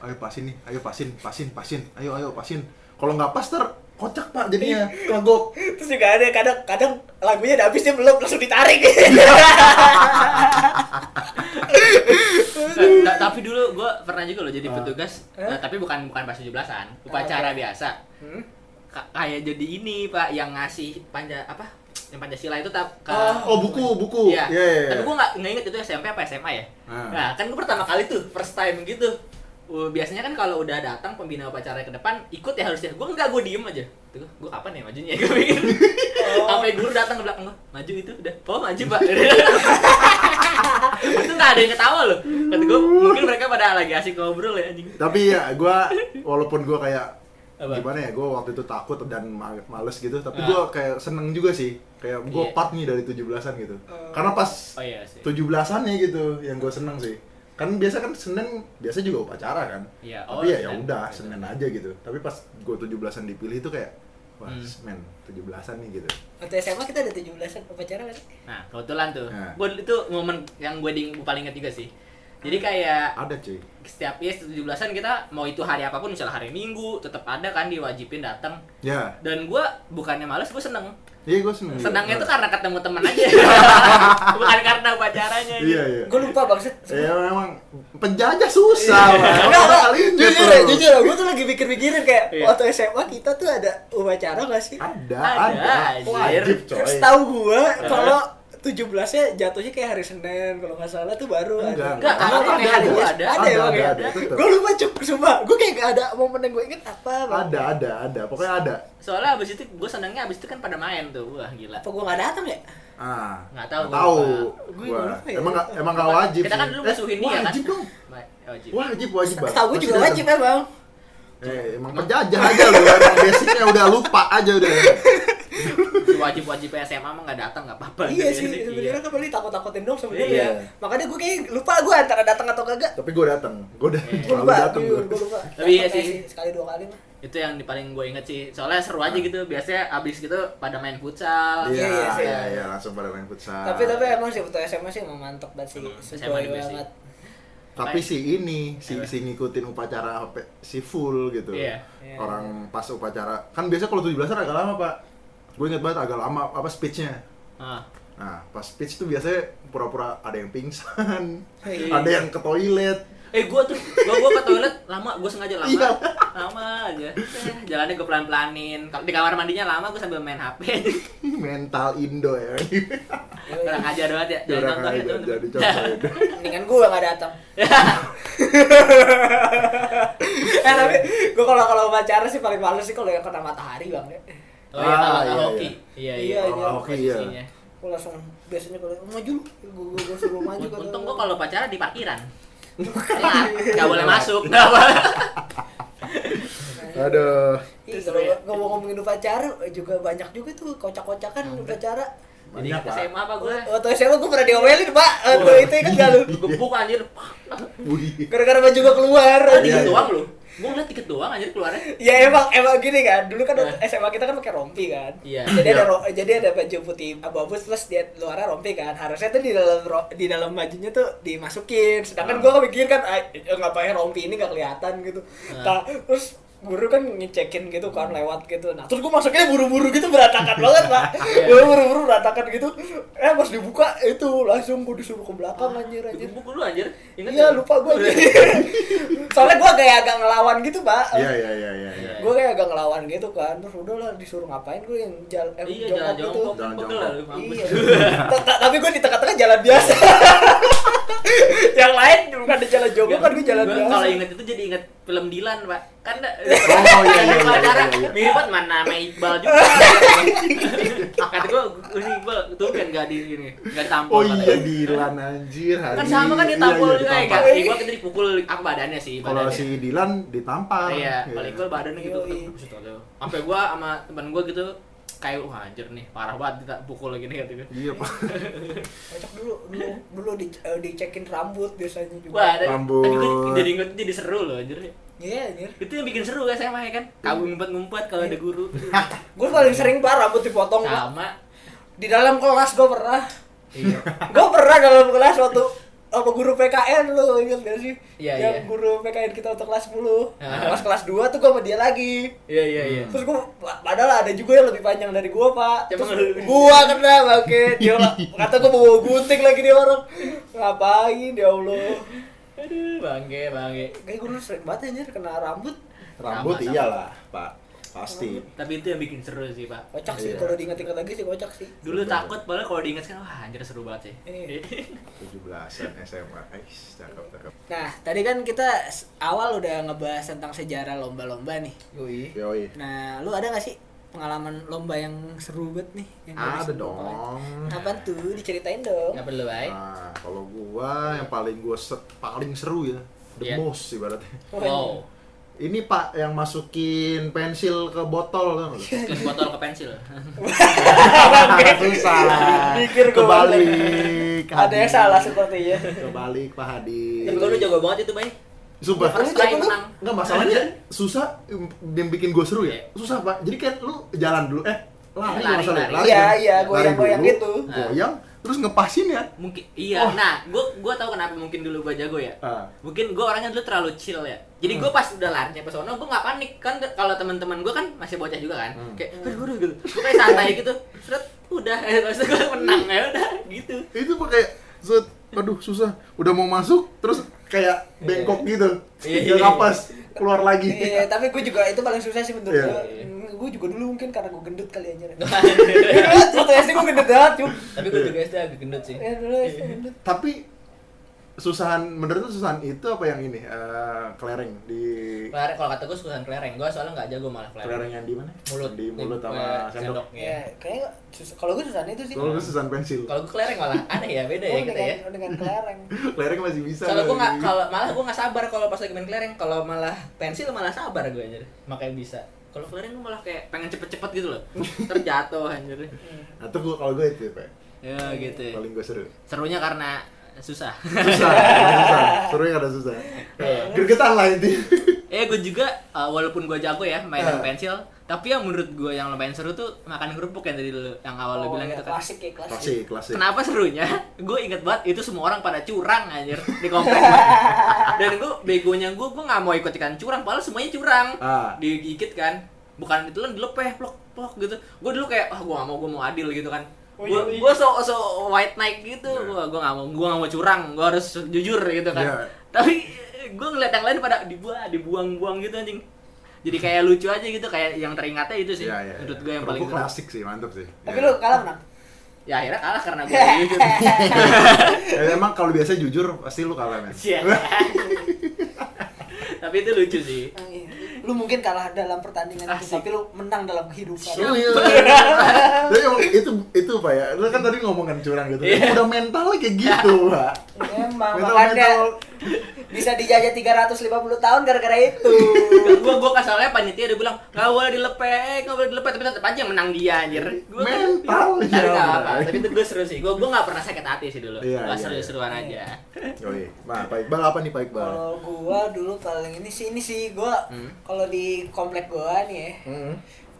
[SPEAKER 3] ayo pasin nih ayo pasin pasin pasin ayo ayo pasin kalau nggak pas ter kocak pak jadinya
[SPEAKER 1] Iya.
[SPEAKER 3] kagok
[SPEAKER 2] terus juga ada kadang kadang lagunya udah habis dia belum langsung ditarik
[SPEAKER 3] Iya.
[SPEAKER 1] Ta- ta- tapi dulu gue pernah juga loh jadi
[SPEAKER 3] Ah.
[SPEAKER 1] petugas eh, tapi bukan bukan pas 17-an upacara biasa
[SPEAKER 2] Hmm?
[SPEAKER 1] Ka- kayak jadi ini pak yang ngasih panca apa yang pancasila itu tap ke-
[SPEAKER 3] oh buku buku
[SPEAKER 1] Iya.
[SPEAKER 3] iya iya iya.
[SPEAKER 1] tapi gue nggak nggak inget itu SMP apa SMA ya
[SPEAKER 3] Ah.
[SPEAKER 1] nah kan gue pertama kali tuh first time gitu Uh, biasanya kan kalau udah datang pembina upacara ke depan ikut ya harusnya gue nggak gue diem aja tuh gue kapan ya majunya gue pikir sampai guru datang ke belakang gue maju itu udah oh maju pak itu nggak ada yang ketawa loh kata gue mungkin mereka pada lagi asik ngobrol ya anjing
[SPEAKER 3] tapi ya gue walaupun gue kayak
[SPEAKER 1] Apa?
[SPEAKER 3] gimana ya gue waktu itu takut dan ma- males gitu
[SPEAKER 1] Ah.
[SPEAKER 3] tapi gue kayak seneng juga sih kayak gue
[SPEAKER 1] Iya.
[SPEAKER 3] part nih dari 17-an gitu karena pas
[SPEAKER 1] oh iya sih
[SPEAKER 3] 17-an ya gitu yang gue seneng sih kan biasa kan Senin biasa juga upacara kan
[SPEAKER 1] Iya, oh,
[SPEAKER 3] tapi ya ya
[SPEAKER 1] Senin.
[SPEAKER 3] udah Senin aja gitu tapi pas gue 17-an dipilih itu kayak wah
[SPEAKER 1] Hmm.
[SPEAKER 3] men 17-an nih gitu
[SPEAKER 2] waktu SMA kita ada 17-an upacara kan
[SPEAKER 3] Iya.
[SPEAKER 1] nah kebetulan tuh
[SPEAKER 3] Nah.
[SPEAKER 1] gue itu momen yang gue ding- paling ingat juga sih jadi kayak
[SPEAKER 3] ada cuy
[SPEAKER 1] setiap ya 17-an kita mau itu hari apapun misalnya hari Minggu tetap ada kan diwajibin datang
[SPEAKER 3] ya
[SPEAKER 1] dan gue bukannya males gue seneng
[SPEAKER 3] iya gue seneng
[SPEAKER 1] senangnya tuh karena ketemu teman aja bukan karena upacaranya
[SPEAKER 3] iya iya
[SPEAKER 2] gue lupa bangset
[SPEAKER 3] ya memang penjajah susah Bang.
[SPEAKER 2] Iya. Enggak, enggak.
[SPEAKER 3] Kali ini
[SPEAKER 2] jujur
[SPEAKER 3] tuh.
[SPEAKER 2] ya, jujur ya, gue tuh lagi pikir-pikirin kayak
[SPEAKER 1] Iya.
[SPEAKER 2] waktu SMA kita tuh ada upacara gak sih?
[SPEAKER 3] ada
[SPEAKER 1] Ada,
[SPEAKER 3] ada
[SPEAKER 1] anjir.
[SPEAKER 3] wajib coy
[SPEAKER 2] Terus tahu gue kalau 17 nya jatuhnya kayak hari Senin kalau nggak salah tuh baru ada.
[SPEAKER 3] Enggak,
[SPEAKER 1] enggak. ada,
[SPEAKER 3] ada,
[SPEAKER 1] kayak hari
[SPEAKER 3] ada,
[SPEAKER 1] gua
[SPEAKER 3] ada,
[SPEAKER 1] ada.
[SPEAKER 2] ada,
[SPEAKER 3] ada,
[SPEAKER 2] emang
[SPEAKER 3] ada,
[SPEAKER 2] ya?
[SPEAKER 3] ada, tetep.
[SPEAKER 2] Gue lupa cuk, sumpah. Gue kayak gak ada momen yang gue inget apa. Bang.
[SPEAKER 3] ada, ada, ada, pokoknya ada.
[SPEAKER 1] soalnya abis itu gue senangnya abis itu kan pada main tuh wah gila
[SPEAKER 2] Apa gue gak datang ya?
[SPEAKER 3] Ah,
[SPEAKER 1] Nggak tahu gua,
[SPEAKER 3] tahu.
[SPEAKER 1] Pak.
[SPEAKER 2] Gua
[SPEAKER 3] Gua,
[SPEAKER 2] lupa ya.
[SPEAKER 3] emang nggak, emang nggak wajib.
[SPEAKER 1] kita kan
[SPEAKER 3] sih.
[SPEAKER 1] dulu
[SPEAKER 3] Eh,
[SPEAKER 1] musuhin dia kan
[SPEAKER 3] Wajib dong.
[SPEAKER 1] Ma- wajib
[SPEAKER 3] Wajib, wajib banget.
[SPEAKER 2] Tahu gue juga wajib ya bang.
[SPEAKER 3] Eh, emang penjajah aja lu, emang basicnya udah lupa aja udah.
[SPEAKER 1] wajib-wajib SMA mah nggak datang nggak apa-apa.
[SPEAKER 2] Iya
[SPEAKER 1] Jadi,
[SPEAKER 2] sih,
[SPEAKER 1] iya.
[SPEAKER 2] sebenarnya kan paling takut-takutin dong sebenarnya. ya.
[SPEAKER 3] Iya.
[SPEAKER 2] Makanya gue kayak lupa gue antara datang atau kagak.
[SPEAKER 3] Tapi gue datang, gue udah
[SPEAKER 1] Iya.
[SPEAKER 2] Gue
[SPEAKER 3] selalu
[SPEAKER 2] lupa,
[SPEAKER 3] datang
[SPEAKER 2] jujur, gue
[SPEAKER 3] gue.
[SPEAKER 2] lupa.
[SPEAKER 1] Tapi iya
[SPEAKER 2] Datang kayak
[SPEAKER 1] sih.
[SPEAKER 2] Sekali dua kali mah.
[SPEAKER 1] Itu yang paling gue inget sih. Soalnya seru aja gitu. Biasanya abis gitu pada main futsal.
[SPEAKER 3] Nah. Iya,
[SPEAKER 2] Iya, sih.
[SPEAKER 3] iya, iya, langsung pada main
[SPEAKER 1] Ah.
[SPEAKER 3] futsal.
[SPEAKER 2] Tapi tapi emang sih waktu SMA sih emang mantep banget sih.
[SPEAKER 4] Emang
[SPEAKER 1] SMA
[SPEAKER 2] Sesuai
[SPEAKER 1] the best sih.
[SPEAKER 2] banget.
[SPEAKER 3] Tapi si ini, si,
[SPEAKER 1] Apa?
[SPEAKER 3] si ngikutin upacara apa- si full gitu.
[SPEAKER 1] Iya.
[SPEAKER 2] Iya.
[SPEAKER 3] Orang pas upacara, kan biasa kalau 17-an agak lama pak. Gue inget banget agak lama apa speechnya.
[SPEAKER 1] Ah.
[SPEAKER 3] Nah, pas speech tuh biasanya pura-pura ada yang pingsan,
[SPEAKER 2] Iya.
[SPEAKER 3] ada yang ke toilet.
[SPEAKER 1] Eh gue tuh, gue gue ke toilet lama, gue sengaja lama,
[SPEAKER 3] Iya.
[SPEAKER 1] lama aja. Eh, jalannya gue pelan pelanin. Di kamar mandinya lama, gue sambil main HP.
[SPEAKER 3] Mental Indo ya.
[SPEAKER 2] Iya,
[SPEAKER 1] Kurang ajar banget ya. Jangan
[SPEAKER 3] Orang
[SPEAKER 1] nonton ya
[SPEAKER 3] aja
[SPEAKER 1] teman-teman.
[SPEAKER 3] jadi contohin.
[SPEAKER 2] Mendingan gue gak datang. eh tapi gue kalau kalau pacaran sih paling males sih kalau yang kena matahari bang ya.
[SPEAKER 1] Oh iya, kalau
[SPEAKER 3] Ah,
[SPEAKER 1] kalau
[SPEAKER 3] iya,
[SPEAKER 1] hoki. Iya iya.
[SPEAKER 2] Iya, iya.
[SPEAKER 3] Kalau hoki, iya.
[SPEAKER 1] Posisinya.
[SPEAKER 2] Gue langsung biasanya kalau maju lu, gue gue suruh maju. kata
[SPEAKER 1] Untung
[SPEAKER 2] gua.
[SPEAKER 1] gue kalau pacaran di parkiran.
[SPEAKER 3] Iya.
[SPEAKER 1] Telat,
[SPEAKER 2] Iya.
[SPEAKER 1] nggak boleh masuk, nggak boleh.
[SPEAKER 3] Aduh.
[SPEAKER 2] Ih, kalau
[SPEAKER 1] Sebenarnya-
[SPEAKER 2] ngomong ngomongin upacara juga banyak juga tuh kocak-kocakan upacara.
[SPEAKER 1] Jadi ke
[SPEAKER 3] Banyak, Pak. Oh,
[SPEAKER 1] SMA apa gue?
[SPEAKER 2] Waktu SMA gue pernah diomelin pak, Aduh,
[SPEAKER 1] Wah.
[SPEAKER 2] itu kan gak lu.
[SPEAKER 3] iya.
[SPEAKER 1] Gebuk anjir.
[SPEAKER 3] Wih.
[SPEAKER 2] Gara-gara baju gue keluar.
[SPEAKER 1] Ah,
[SPEAKER 3] Iya,
[SPEAKER 1] dikit
[SPEAKER 3] iya.
[SPEAKER 1] doang lu. Gue ngeliat dikit doang anjir keluarnya.
[SPEAKER 2] Ya emang emang gini kan, dulu kan waktu SMA kita kan pakai rompi kan.
[SPEAKER 1] Iya.
[SPEAKER 2] Jadi
[SPEAKER 3] Iya.
[SPEAKER 2] ada ro- jadi ada baju putih abu-abu terus dia luarnya rompi kan. Harusnya tuh di dalam ro- di dalam bajunya tuh dimasukin. Sedangkan gua mikir kan "Ah, eh, ngapain rompi ini gak kelihatan gitu. Nah, terus guru kan ngecekin gitu kan lewat gitu. Nah, terus gua masuknya buru-buru gitu berantakan banget, Pak. Gua buru-buru berantakan gitu. Eh, pas dibuka itu langsung gua disuruh ke belakang anjir anjir.
[SPEAKER 1] Gebuk lu anjir. Ingat
[SPEAKER 2] Iya,
[SPEAKER 1] nggak?
[SPEAKER 2] lupa gua. Soalnya gua kayak agak ngelawan gitu, Pak
[SPEAKER 3] Iya, iya, iya, iya. iya.
[SPEAKER 2] gue kayak agak ngelawan gitu kan terus udah lah disuruh ngapain gue yang jalan eh,
[SPEAKER 1] Iya,
[SPEAKER 2] jongkok
[SPEAKER 1] jalan
[SPEAKER 2] gitu.
[SPEAKER 1] jongkok.
[SPEAKER 3] Jalan
[SPEAKER 1] Pegel lah lu, mampus.
[SPEAKER 2] iya Ta- ta- tapi gue di tengah-tengah jalan biasa yang lain bukan di jalan jongkok kan gue jalan
[SPEAKER 1] Gua
[SPEAKER 2] biasa
[SPEAKER 1] Kalau inget itu jadi inget film Dilan, Pak. Kan
[SPEAKER 3] Oh, iya, iya, iya, iya, iya.
[SPEAKER 1] mirip banget mana sama Iqbal juga. Kata gua, ini Iqbal tuh kan gak di ini, gak ditampol
[SPEAKER 3] Oh
[SPEAKER 1] kata
[SPEAKER 3] iya
[SPEAKER 1] gua.
[SPEAKER 3] Dilan anjir.
[SPEAKER 1] Kan
[SPEAKER 3] Hadi.
[SPEAKER 1] sama kan
[SPEAKER 3] Iya,
[SPEAKER 1] ditampol
[SPEAKER 3] iya,
[SPEAKER 1] juga ya,
[SPEAKER 3] ditampar.
[SPEAKER 1] Kak. Iqbal kita dipukul apa badannya sih,
[SPEAKER 3] Kalau
[SPEAKER 1] badannya.
[SPEAKER 3] si Dilan ditampar.
[SPEAKER 1] Iya,
[SPEAKER 3] Iya.
[SPEAKER 1] kalau Iqbal badannya gitu.
[SPEAKER 2] Yoi.
[SPEAKER 1] Buset, aduh. Sampai gua sama teman gua gitu kayak wah anjir nih parah banget kita pukul lagi nih kata gua.
[SPEAKER 3] Iya, Pak.
[SPEAKER 2] kocok dulu dulu dulu di, eh, dicekin rambut biasanya juga
[SPEAKER 1] Wah, ada,
[SPEAKER 3] Rambut.
[SPEAKER 1] tadi gua jadi inget jadi seru loh anjir.
[SPEAKER 2] iya anjir
[SPEAKER 1] Itu yang bikin seru kan SMA ya kan? Kabur ngumpet-ngumpet kalau ada guru.
[SPEAKER 2] gue paling sering pak rambut dipotong Pak.
[SPEAKER 1] Sama.
[SPEAKER 2] di dalam kelas gue pernah
[SPEAKER 1] Iya.
[SPEAKER 2] gue pernah dalam kelas waktu apa guru PKN lo ingat gak sih?
[SPEAKER 1] Iya,
[SPEAKER 2] yang
[SPEAKER 1] iya.
[SPEAKER 2] guru PKN kita waktu kelas 10
[SPEAKER 1] Ah.
[SPEAKER 2] Kelas kelas 2 tuh gue sama dia lagi
[SPEAKER 1] Iya iya iya.
[SPEAKER 2] Terus gue, padahal ada juga yang lebih panjang dari gue pak
[SPEAKER 1] Emang lu-
[SPEAKER 2] Terus gue kena pakai dia la- kata gue bawa gunting lagi dia orang Ngapain ya Allah
[SPEAKER 1] Aduh, bangke bangke.
[SPEAKER 2] Kayak gue dulu sering banget anjir kena rambut
[SPEAKER 3] Rambut
[SPEAKER 1] Sama-sama.
[SPEAKER 3] iyalah, Pak. Pasti.
[SPEAKER 1] Tapi itu yang bikin seru sih, Pak.
[SPEAKER 2] Kocak sih,
[SPEAKER 3] Iya.
[SPEAKER 2] kalau diinget-inget lagi sih kocak sih
[SPEAKER 1] Dulu
[SPEAKER 3] Seru
[SPEAKER 1] takut padahal kalau diinget kan wah anjir seru banget sih.
[SPEAKER 2] Iya.
[SPEAKER 3] 17-an SMA. Ais, cakep, cakep.
[SPEAKER 2] Nah, tadi kan kita s- awal udah ngebahas tentang sejarah lomba-lomba nih
[SPEAKER 1] Yoi.
[SPEAKER 3] Yoi.
[SPEAKER 2] Nah, lu ada gak sih pengalaman lomba yang seru banget nih? Yang gak bisa
[SPEAKER 3] Ada
[SPEAKER 2] dilupain?
[SPEAKER 3] dong.
[SPEAKER 2] Apaan tuh? Diceritain dong
[SPEAKER 1] Enggak perlu, Bay.
[SPEAKER 3] Nah, kalau gua yang paling gua se- paling seru ya,
[SPEAKER 1] Iya.
[SPEAKER 3] the most ibaratnya.
[SPEAKER 1] Wow.
[SPEAKER 3] Ini Pak yang masukin pensil ke botol kan?
[SPEAKER 1] Ke botol ke pensil.
[SPEAKER 3] Susah.
[SPEAKER 2] Mikir gua
[SPEAKER 3] Kebalik.
[SPEAKER 2] Ada yang
[SPEAKER 3] Hadi.
[SPEAKER 2] salah sepertinya
[SPEAKER 3] Kebalik Pak Hadi.
[SPEAKER 1] Tapi lu jago banget itu, Bay.
[SPEAKER 3] Sumpah.
[SPEAKER 1] First try menang.
[SPEAKER 3] Enggak masalahnya susah em, yang bikin gue seru ya.
[SPEAKER 1] Iya.
[SPEAKER 3] Susah Pak. Jadi kan lu jalan dulu eh
[SPEAKER 1] Lari,
[SPEAKER 3] lari, lari masalah.
[SPEAKER 1] lari. Nah.
[SPEAKER 2] Iya,
[SPEAKER 3] kan?
[SPEAKER 2] iya,
[SPEAKER 3] Lari
[SPEAKER 2] goyang-goyang
[SPEAKER 3] dulu,
[SPEAKER 2] gitu.
[SPEAKER 3] Goyang terus ngepasin ya.
[SPEAKER 1] Mungkin iya.
[SPEAKER 3] Oh.
[SPEAKER 1] Nah, gua gua tahu kenapa mungkin dulu gua jago ya.
[SPEAKER 3] Ah.
[SPEAKER 1] Mungkin gua orangnya dulu terlalu chill ya. Jadi gua pas udah larinya pas sono gua nggak panik kan te- kalau teman-teman gua kan masih bocah juga kan.
[SPEAKER 3] Hmm.
[SPEAKER 1] Kayak aduh aduh gitu. Gua kayak santai gitu. Seret udah eh terus gua menang ya udah gitu.
[SPEAKER 3] Itu pakai set aduh susah. Udah mau masuk terus kayak bengkok gitu.
[SPEAKER 1] Iya,
[SPEAKER 3] Iya,
[SPEAKER 1] iya.
[SPEAKER 3] napas keluar lagi.
[SPEAKER 2] Iya, tapi gue juga itu paling susah sih menurut
[SPEAKER 3] Iya.
[SPEAKER 2] gue. Gue juga dulu mungkin karena gue gendut kali aja. Waktu SD gue gendut banget, cuy.
[SPEAKER 1] Tapi gua juga SD agak gendut sih.
[SPEAKER 2] Ya dulu SD gendut.
[SPEAKER 3] Tapi susahan menurut lu susahan itu apa yang ini? Eh, kelereng di
[SPEAKER 1] Kelereng, kalau kata gue susahan kelereng, gue soalnya nggak jago malah kelereng.
[SPEAKER 3] kelereng yang di mana?
[SPEAKER 1] Mulut,
[SPEAKER 3] Di
[SPEAKER 1] eh,
[SPEAKER 3] mulut sama sendok.
[SPEAKER 1] Iya.
[SPEAKER 2] Ya, kayaknya susah. Kalau gue susahnya itu sih.
[SPEAKER 3] Kalau lu susahan pensil.
[SPEAKER 1] Kalau gue kelereng malah aneh ya, beda ya
[SPEAKER 2] Oh,
[SPEAKER 1] kita
[SPEAKER 2] dengan,
[SPEAKER 1] ya.
[SPEAKER 2] dengan kelereng.
[SPEAKER 3] Kelereng masih bisa.
[SPEAKER 1] Kalau gue nggak,
[SPEAKER 3] lagi.
[SPEAKER 1] kalau malah gue nggak sabar kalau pas lagi main kelereng, kalau malah pensil malah sabar gue aja, makanya bisa. kalau keliling gue malah kayak pengen cepet-cepet gitu loh terjatuh anjir
[SPEAKER 3] atau gua Nah, kalau gue itu Pak.
[SPEAKER 1] ya gitu ya.
[SPEAKER 3] paling gue seru
[SPEAKER 1] serunya karena susah
[SPEAKER 3] susah susah serunya karena susah
[SPEAKER 1] Iya.
[SPEAKER 3] gergetan lah itu
[SPEAKER 1] eh gue juga uh, walaupun gue jago ya main
[SPEAKER 3] Eh.
[SPEAKER 1] pensil tapi yang menurut gue yang lumayan seru tuh makan kerupuk yang tadi lu yang awal lu bilang
[SPEAKER 2] ya,
[SPEAKER 1] itu kan
[SPEAKER 2] klasik ya klasik.
[SPEAKER 3] klasik klasik
[SPEAKER 1] Kenapa serunya? Gue inget banget itu semua orang pada curang anjir di komplek. Dan gue begonya gue gue nggak mau ikut ikutan curang, padahal semuanya curang.
[SPEAKER 3] ah
[SPEAKER 1] Digigit kan, bukan itu dilepeh plok plok gitu. Gue dulu kayak wah gue nggak mau gue mau adil gitu kan.
[SPEAKER 2] Oh,
[SPEAKER 1] Gue
[SPEAKER 2] iya,
[SPEAKER 1] gue so so white knight gitu.
[SPEAKER 3] Iya.
[SPEAKER 1] Gue gue nggak mau gue nggak mau curang. Gue harus jujur gitu kan.
[SPEAKER 3] Iya.
[SPEAKER 1] Tapi gue ngeliat yang lain pada dibuang dibuang-buang gitu anjing. Jadi kayak lucu aja gitu kayak yang teringatnya itu sih.
[SPEAKER 3] Iya, iya,
[SPEAKER 1] Menurut
[SPEAKER 3] iya.
[SPEAKER 1] gue yang paling
[SPEAKER 3] Kerupuk
[SPEAKER 1] seru.
[SPEAKER 3] klasik sih mantap sih
[SPEAKER 2] Tapi
[SPEAKER 3] Iya.
[SPEAKER 2] lu kalah menang.
[SPEAKER 1] Ya akhirnya kalah karena gue jujur.
[SPEAKER 3] Ya, emang kalau biasa jujur pasti lu kalah men
[SPEAKER 1] Iya. Tapi itu lucu sih.
[SPEAKER 2] Menang, iya. Lu mungkin kalah dalam pertandingan itu,
[SPEAKER 1] Asik.
[SPEAKER 2] tapi lu menang dalam kehidupan.
[SPEAKER 3] Lu- Tapi emang itu itu pak ya, lu kan tadi ngomongan curang gitu,
[SPEAKER 1] Iya.
[SPEAKER 3] udah mentalnya kayak gitu pak.
[SPEAKER 2] Emang
[SPEAKER 3] Mental mental.
[SPEAKER 2] makanya bisa dijajah 350 tahun gara-gara itu.
[SPEAKER 1] gua gua kasalnya panitia udah bilang nggak boleh dilepek, nggak boleh dilepek tapi tetap aja yang menang dia anjir. Gua kan-
[SPEAKER 3] Mental
[SPEAKER 1] Tapi
[SPEAKER 3] ya,
[SPEAKER 1] nggak apa-apa.
[SPEAKER 3] Bray.
[SPEAKER 1] Tapi itu gue seru sih. Gua gua nggak pernah sakit hati sih dulu.
[SPEAKER 3] Iya,
[SPEAKER 1] gua
[SPEAKER 3] iya,
[SPEAKER 1] seru-seruan aja.
[SPEAKER 3] Oh iya, Nah, Pak Iqbal apa nih Pak Iqbal?
[SPEAKER 1] Oh.
[SPEAKER 2] Kalau gua dulu paling ini sih ini sih gua
[SPEAKER 1] Hmm.
[SPEAKER 2] kalau di komplek gua nih ya.
[SPEAKER 3] Mm-mm.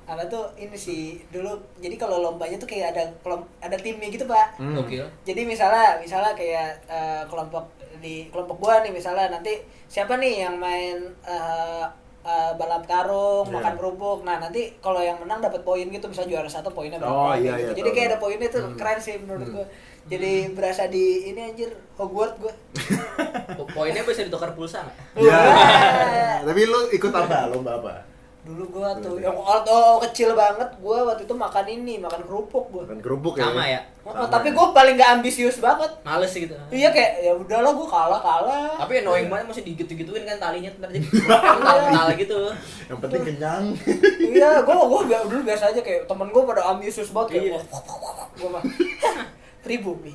[SPEAKER 2] Apa tuh ini sih dulu jadi kalau lombanya tuh kayak ada kelom- ada timnya gitu, Pak.
[SPEAKER 3] Hmm.
[SPEAKER 1] Oke.
[SPEAKER 2] Jadi misalnya misalnya kayak eh, kelompok di kelompok gua nih misalnya nanti siapa nih yang main eh, eh, balap karung,
[SPEAKER 3] Iya.
[SPEAKER 2] makan kerupuk. Nah, nanti kalau yang menang dapat poin gitu, misalnya juara satu poinnya berapa.
[SPEAKER 3] Oh,
[SPEAKER 2] kayak
[SPEAKER 3] iya,
[SPEAKER 2] gitu.
[SPEAKER 3] iya,
[SPEAKER 2] Jadi
[SPEAKER 3] tahu,
[SPEAKER 2] kayak
[SPEAKER 3] tahu.
[SPEAKER 2] ada poinnya tuh
[SPEAKER 3] Hmm.
[SPEAKER 2] keren sih menurut
[SPEAKER 3] Hmm.
[SPEAKER 2] gua. Jadi berasa di ini anjir Hogwarts gua.
[SPEAKER 1] Po- Poinnya bisa ditukar pulsa nggak?
[SPEAKER 3] Ya.
[SPEAKER 2] Wah.
[SPEAKER 3] Tapi lu ikut apa? Lomba apa?
[SPEAKER 2] Dulu gua tuh
[SPEAKER 3] Dulu.
[SPEAKER 2] yang waktu oh, kecil banget gua waktu itu makan ini, makan kerupuk gua.
[SPEAKER 3] Makan kerupuk ya.
[SPEAKER 1] Sama ya.
[SPEAKER 2] Oh,
[SPEAKER 3] Sama
[SPEAKER 2] tapi
[SPEAKER 3] ya.
[SPEAKER 2] gua paling gak ambisius banget.
[SPEAKER 1] Males sih gitu.
[SPEAKER 2] Iya kayak ya udahlah gua kalah-kalah.
[SPEAKER 1] Tapi annoying banget masih digigit-gigituin kan talinya ntar jadi kental-kental gitu.
[SPEAKER 3] Yang penting kenyang.
[SPEAKER 2] iya, gua gua bi- dulu biasa aja kayak temen gua pada ambisius banget
[SPEAKER 1] Iya.
[SPEAKER 2] kayak wah, wah, wah, wah. gua mah pribumi.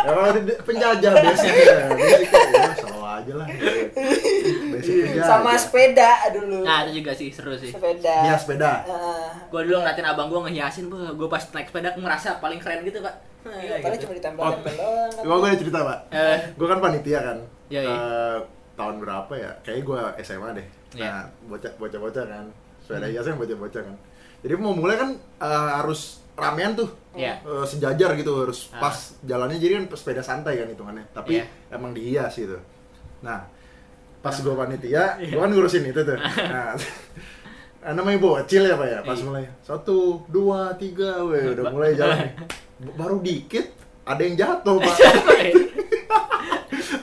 [SPEAKER 3] Emang ada di- penjajah basicnya. Basicnya ya, salah aja lah. Basic penjajah.
[SPEAKER 2] Sama sepeda dulu.
[SPEAKER 1] Nah, itu juga sih seru sih.
[SPEAKER 2] sepeda.
[SPEAKER 3] Iya, sepeda.
[SPEAKER 2] Heeh.
[SPEAKER 1] Gua dulu ngeliatin abang gua ngehiasin, "Wah, gua pas naik sepeda aku merasa paling keren gitu, Pak. Nah,
[SPEAKER 2] Iya, padahal
[SPEAKER 1] gitu.
[SPEAKER 2] cuma ditempel-tempel doang. kan.
[SPEAKER 3] Gua gue ada cerita pak.
[SPEAKER 1] Eh.
[SPEAKER 3] Gue kan panitia kan.
[SPEAKER 1] Iya, iya.
[SPEAKER 3] Eh, tahun berapa ya? Kayaknya gue SMA deh.
[SPEAKER 1] Iya. Hmm.
[SPEAKER 3] Nah bocah bocah bocah kan. Sepeda hiasnya bocah bocah kan. Jadi mau mulai kan eh, harus ramean tuh.
[SPEAKER 1] Iya.
[SPEAKER 3] Eh, sejajar gitu harus
[SPEAKER 1] Ah.
[SPEAKER 3] pas jalannya jadi kan sepeda santai kan hitungannya. Tapi
[SPEAKER 1] Iya.
[SPEAKER 3] emang dihias gitu. Nah pas gue panitia,
[SPEAKER 1] Iya.
[SPEAKER 3] gue kan ngurusin itu tuh. Nah, Ah, namanya bocil ya pak ya pas
[SPEAKER 1] Iya.
[SPEAKER 3] mulai satu dua tiga weh udah mulai jalan nih. B- baru dikit ada yang jatuh pak